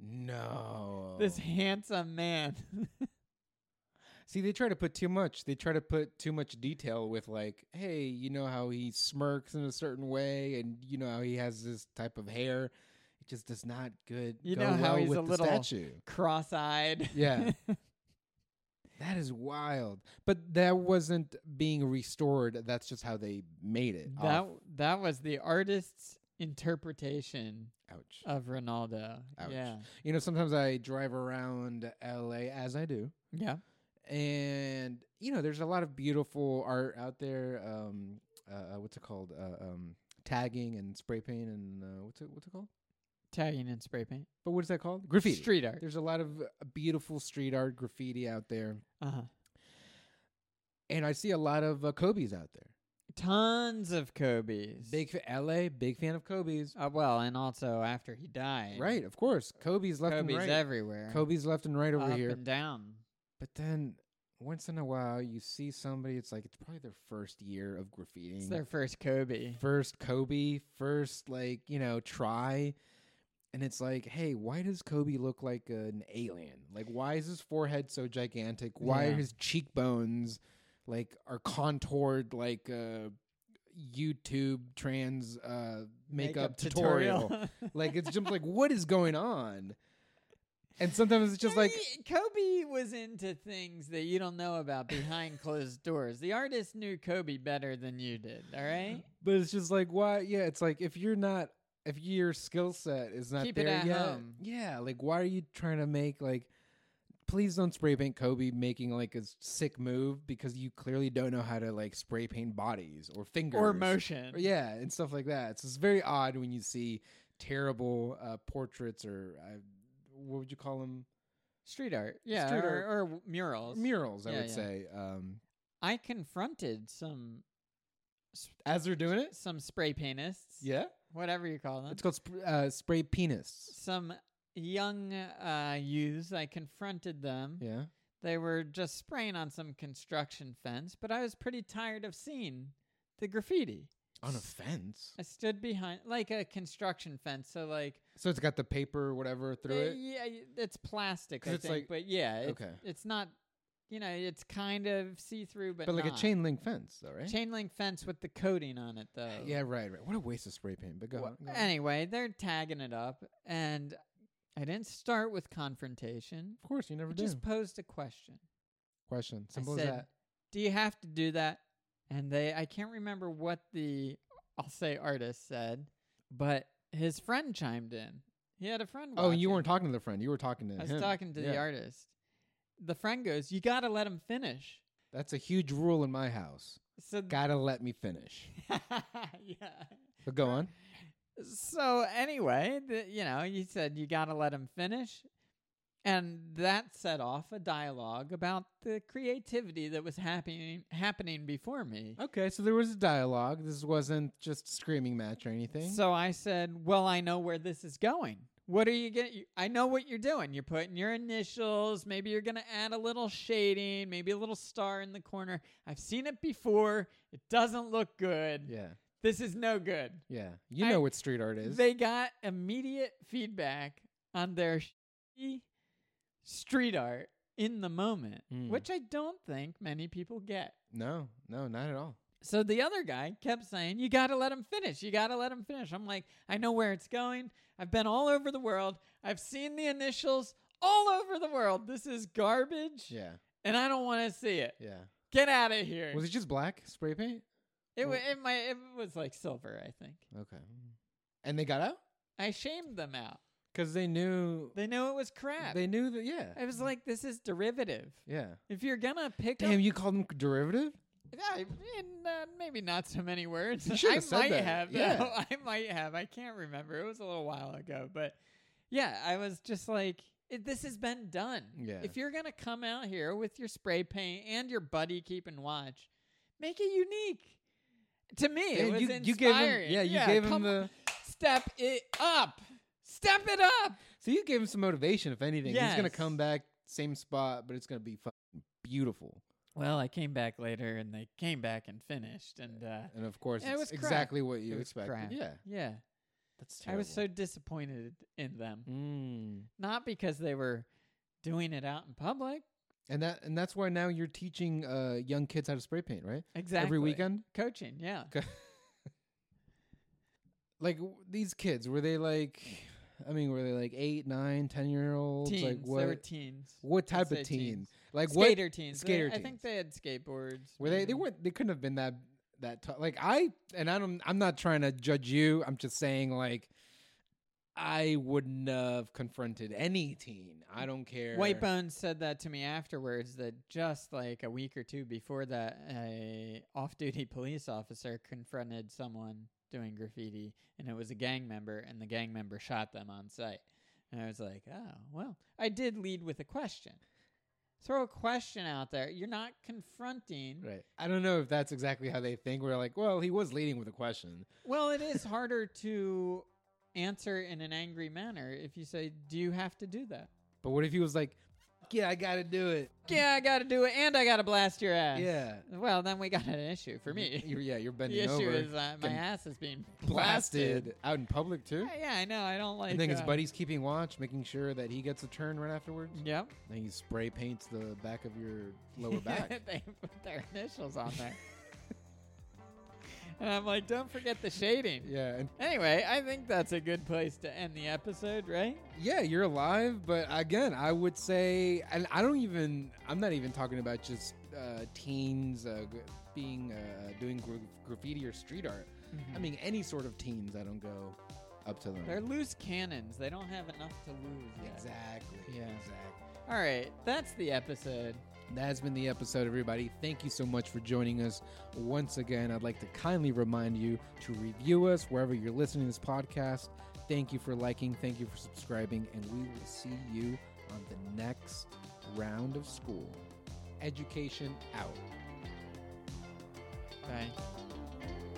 [SPEAKER 2] no.
[SPEAKER 1] This handsome man.
[SPEAKER 2] See, they try to put too much. They try to put too much detail with like, hey, you know how he smirks in a certain way, and you know how he has this type of hair. It just does not good.
[SPEAKER 1] You
[SPEAKER 2] go
[SPEAKER 1] know how
[SPEAKER 2] well
[SPEAKER 1] he's
[SPEAKER 2] with
[SPEAKER 1] a
[SPEAKER 2] the
[SPEAKER 1] little-
[SPEAKER 2] statue.
[SPEAKER 1] Cross eyed.
[SPEAKER 2] Yeah. That is wild. But that wasn't being restored. That's just how they made it.
[SPEAKER 1] that
[SPEAKER 2] Off-
[SPEAKER 1] that was the artist's interpretation
[SPEAKER 2] Ouch.
[SPEAKER 1] of Ronaldo.
[SPEAKER 2] Ouch.
[SPEAKER 1] Yeah.
[SPEAKER 2] You know, sometimes I drive around LA as I do.
[SPEAKER 1] Yeah.
[SPEAKER 2] And you know, there's a lot of beautiful art out there. Um uh, what's it called? Uh, um tagging and spray paint and uh, what's it what's it called?
[SPEAKER 1] Tagging and spray paint.
[SPEAKER 2] But what is that called? Graffiti.
[SPEAKER 1] Street art.
[SPEAKER 2] There's a lot of uh, beautiful street art graffiti out there.
[SPEAKER 1] Uh huh.
[SPEAKER 2] And I see a lot of uh, Kobe's out there.
[SPEAKER 1] Tons of Kobe's.
[SPEAKER 2] Big fa- LA, big fan of Kobe's.
[SPEAKER 1] Uh, well, and also after he died.
[SPEAKER 2] Right, of course. Kobe's left
[SPEAKER 1] Kobe's
[SPEAKER 2] and right.
[SPEAKER 1] everywhere.
[SPEAKER 2] Kobe's left and right over
[SPEAKER 1] up
[SPEAKER 2] here.
[SPEAKER 1] and down.
[SPEAKER 2] but then once in a while, you see somebody. It's like it's probably their first year of graffitiing.
[SPEAKER 1] It's their first Kobe.
[SPEAKER 2] first Kobe, first like you know try, and it's like, hey, why does Kobe look like an alien? Like, why is his forehead so gigantic? Why
[SPEAKER 1] Yeah.
[SPEAKER 2] are his cheekbones like are contoured like a YouTube trans uh, makeup, tutorial? like it's just like what is going on? And sometimes it's just like
[SPEAKER 1] Hey, Kobe was into things that you don't know about behind closed doors. The artist knew Kobe better than you did. All right,
[SPEAKER 2] But it's just like why? Yeah, it's like if you're not if your skill set is not
[SPEAKER 1] Keep it
[SPEAKER 2] there
[SPEAKER 1] at
[SPEAKER 2] yet,
[SPEAKER 1] home.
[SPEAKER 2] yeah, like why are you trying to make like? Please don't spray paint Kobe making like a s- sick move because you clearly don't know how to like spray paint bodies or fingers
[SPEAKER 1] or motion.
[SPEAKER 2] or- yeah, and stuff like that. So it's very odd when you see terrible uh, portraits or uh, what would you call them?
[SPEAKER 1] street art. Yeah,
[SPEAKER 2] Street
[SPEAKER 1] or,
[SPEAKER 2] art.
[SPEAKER 1] or w- murals.
[SPEAKER 2] Murals, I
[SPEAKER 1] Yeah,
[SPEAKER 2] would
[SPEAKER 1] yeah.
[SPEAKER 2] say. Um,
[SPEAKER 1] I confronted some
[SPEAKER 2] as they're doing it,
[SPEAKER 1] some spray paintists.
[SPEAKER 2] yeah,
[SPEAKER 1] whatever you call them.
[SPEAKER 2] it's called sp- uh, spray penis.
[SPEAKER 1] some young uh, youths. I confronted them.
[SPEAKER 2] Yeah,
[SPEAKER 1] They were just spraying on some construction fence, but I was pretty tired of seeing the graffiti.
[SPEAKER 2] on a fence.
[SPEAKER 1] I stood behind like a construction fence, so like
[SPEAKER 2] So it's got the paper or whatever through
[SPEAKER 1] Uh, Yeah,
[SPEAKER 2] it.
[SPEAKER 1] Yeah, y- it's plastic.
[SPEAKER 2] 'Cause
[SPEAKER 1] I
[SPEAKER 2] it's
[SPEAKER 1] think,
[SPEAKER 2] like-
[SPEAKER 1] but yeah, it's,
[SPEAKER 2] okay.
[SPEAKER 1] it's not. You know, it's kind of see through, but
[SPEAKER 2] But like a
[SPEAKER 1] not.
[SPEAKER 2] chain link fence, though, right?
[SPEAKER 1] chain link fence with the coating on it, though.
[SPEAKER 2] yeah, right, right. What a waste of spray paint. But go
[SPEAKER 1] Wha-
[SPEAKER 2] on. Go on.
[SPEAKER 1] Anyway, they're tagging it up, and I didn't start with confrontation.
[SPEAKER 2] of course, you never
[SPEAKER 1] I
[SPEAKER 2] do.
[SPEAKER 1] just posed a question.
[SPEAKER 2] Question.
[SPEAKER 1] I
[SPEAKER 2] Simple as
[SPEAKER 1] said,
[SPEAKER 2] that.
[SPEAKER 1] Do you have to do that? And they, I can't remember what the, I'll say artist said, but his friend chimed in. He had a friend.
[SPEAKER 2] Oh, and you
[SPEAKER 1] watching.
[SPEAKER 2] weren't talking to the friend. You were talking to
[SPEAKER 1] I was
[SPEAKER 2] him.
[SPEAKER 1] talking to the
[SPEAKER 2] Yeah.
[SPEAKER 1] artist. The friend goes, "You got to let him finish."
[SPEAKER 2] That's a huge rule in my house.
[SPEAKER 1] So
[SPEAKER 2] Gotta let me finish.
[SPEAKER 1] yeah.
[SPEAKER 2] But go on.
[SPEAKER 1] So anyway, the, you know, you said you got to let him finish. And that set off a dialogue about the creativity that was happening happening before me.
[SPEAKER 2] Okay, so there was a dialogue. This wasn't just a screaming match or anything.
[SPEAKER 1] So I said, "Well, I know where this is going. What are you getting? I know what you're doing. You're putting your initials. Maybe you're going to add a little shading. Maybe a little star in the corner. I've seen it before. It doesn't look good.
[SPEAKER 2] yeah,
[SPEAKER 1] This is no good."
[SPEAKER 2] yeah. You
[SPEAKER 1] I-
[SPEAKER 2] know what street art is.
[SPEAKER 1] They got immediate feedback on their shitty street art in the moment,
[SPEAKER 2] Mm.
[SPEAKER 1] which I don't think many people get.
[SPEAKER 2] no, no, not at all.
[SPEAKER 1] So the other guy kept saying, You got to let him finish. You got to let him finish. I'm like, I know where it's going. I've been all over the world. I've seen the initials all over the world. This is garbage,
[SPEAKER 2] Yeah,
[SPEAKER 1] and I don't want to see it.
[SPEAKER 2] yeah.
[SPEAKER 1] Get out of here.
[SPEAKER 2] Was it just black spray paint?
[SPEAKER 1] it, wa
[SPEAKER 2] well-
[SPEAKER 1] it, might, it was like silver, I think.
[SPEAKER 2] Okay. And they got out
[SPEAKER 1] I shamed them out.
[SPEAKER 2] because they knew.
[SPEAKER 1] They knew it was crap.
[SPEAKER 2] They knew that. Yeah.
[SPEAKER 1] I was like, this is derivative.
[SPEAKER 2] yeah.
[SPEAKER 1] If you're gonna pick
[SPEAKER 2] Damn,
[SPEAKER 1] up,
[SPEAKER 2] you called them derivative.
[SPEAKER 1] Yeah, in, uh, maybe not so many words.
[SPEAKER 2] You should've
[SPEAKER 1] I
[SPEAKER 2] said
[SPEAKER 1] might
[SPEAKER 2] that.
[SPEAKER 1] have.
[SPEAKER 2] Yeah.
[SPEAKER 1] though. I might have. I can't remember. It was a little while ago, but yeah, I was just like, it, this has been done.
[SPEAKER 2] Yeah.
[SPEAKER 1] If you're gonna come out here with your spray paint and your buddy keeping watch, make it unique. To me, it
[SPEAKER 2] Damn,
[SPEAKER 1] was
[SPEAKER 2] you,
[SPEAKER 1] inspiring.
[SPEAKER 2] you gave him. Yeah, you gave him
[SPEAKER 1] come-
[SPEAKER 2] the.
[SPEAKER 1] step it up. Step it up.
[SPEAKER 2] So you gave him some motivation, if anything. He's gonna
[SPEAKER 1] Yes.
[SPEAKER 2] come back same spot, but it's gonna be fucking beautiful.
[SPEAKER 1] Well, I came back later, and they came back and finished, and uh,
[SPEAKER 2] And of course,
[SPEAKER 1] It
[SPEAKER 2] it's
[SPEAKER 1] was crap.
[SPEAKER 2] exactly what you
[SPEAKER 1] It was
[SPEAKER 2] expected.
[SPEAKER 1] crap.
[SPEAKER 2] Yeah,
[SPEAKER 1] yeah.
[SPEAKER 2] that's
[SPEAKER 1] I was so disappointed in them.
[SPEAKER 2] Mm.
[SPEAKER 1] Not because they were doing it out in public.
[SPEAKER 2] And that and that's why now you're teaching uh, young kids how to spray paint, right?
[SPEAKER 1] Exactly.
[SPEAKER 2] Every weekend.
[SPEAKER 1] Coaching, yeah.
[SPEAKER 2] Like w- these kids, were they like? I mean, were they like eight, nine, ten year olds?
[SPEAKER 1] Teens.
[SPEAKER 2] Like
[SPEAKER 1] They
[SPEAKER 2] what?
[SPEAKER 1] were teens.
[SPEAKER 2] what
[SPEAKER 1] I'd
[SPEAKER 2] type of
[SPEAKER 1] say
[SPEAKER 2] teen?
[SPEAKER 1] teens.
[SPEAKER 2] Like what?
[SPEAKER 1] Skater teens. They-
[SPEAKER 2] skater
[SPEAKER 1] I think
[SPEAKER 2] teens.
[SPEAKER 1] they had skateboards.
[SPEAKER 2] Were they? They
[SPEAKER 1] maybe.
[SPEAKER 2] weren't. They couldn't have been that that tough. Like I and I don't. I'm not trying to judge you. I'm just saying like I wouldn't have confronted any teen. I don't care.
[SPEAKER 1] White Bones said that to me afterwards that just like a week or two before that, a off duty police officer confronted someone doing graffiti and it was a gang member and the gang member shot them on sight. And I was like, oh, well, I did lead with a question. Throw a question out there. You're not confronting.
[SPEAKER 2] Right. I don't know if that's exactly how they think. We're like, well, he was leading with a question.
[SPEAKER 1] Well, it is harder to answer in an angry manner if you say, do you have to do that?
[SPEAKER 2] But what if he was like, yeah, I got to do it.
[SPEAKER 1] Yeah, I got to do it and I got to blast your ass.
[SPEAKER 2] Yeah.
[SPEAKER 1] Well, then we got an issue for me.
[SPEAKER 2] You're, yeah, you're
[SPEAKER 1] The
[SPEAKER 2] bending
[SPEAKER 1] issue
[SPEAKER 2] over.
[SPEAKER 1] is uh, my
[SPEAKER 2] Getting
[SPEAKER 1] ass is being
[SPEAKER 2] blasted.
[SPEAKER 1] blasted.
[SPEAKER 2] out in public too.
[SPEAKER 1] Yeah, yeah, I know. I don't like.
[SPEAKER 2] I think his
[SPEAKER 1] uh,
[SPEAKER 2] buddy's keeping watch, making sure that he gets a turn right afterwards.
[SPEAKER 1] Yep.
[SPEAKER 2] Then he spray paints the back of your lower back.
[SPEAKER 1] they put their initials on there. and I'm like, don't forget the shading.
[SPEAKER 2] yeah, and
[SPEAKER 1] Anyway, I think that's a good place to end the episode, right?
[SPEAKER 2] yeah, you're alive. But again, I would say, and I don't even. I'm not even talking about just uh, teens uh, g- being uh, doing gra- graffiti or street art. I mean, any sort of teens. I don't go up to them.
[SPEAKER 1] They're loose cannons. They don't have enough to lose. Yet.
[SPEAKER 2] exactly.
[SPEAKER 1] Yeah.
[SPEAKER 2] Exactly.
[SPEAKER 1] All right, that's the episode.
[SPEAKER 2] That's been the episode, everybody. Thank you so much for joining us once again. I'd like to kindly remind you to review us wherever you're listening to this podcast. Thank you for liking, thank you for subscribing, and we will see you on the next round of school. Education out.
[SPEAKER 1] Bye.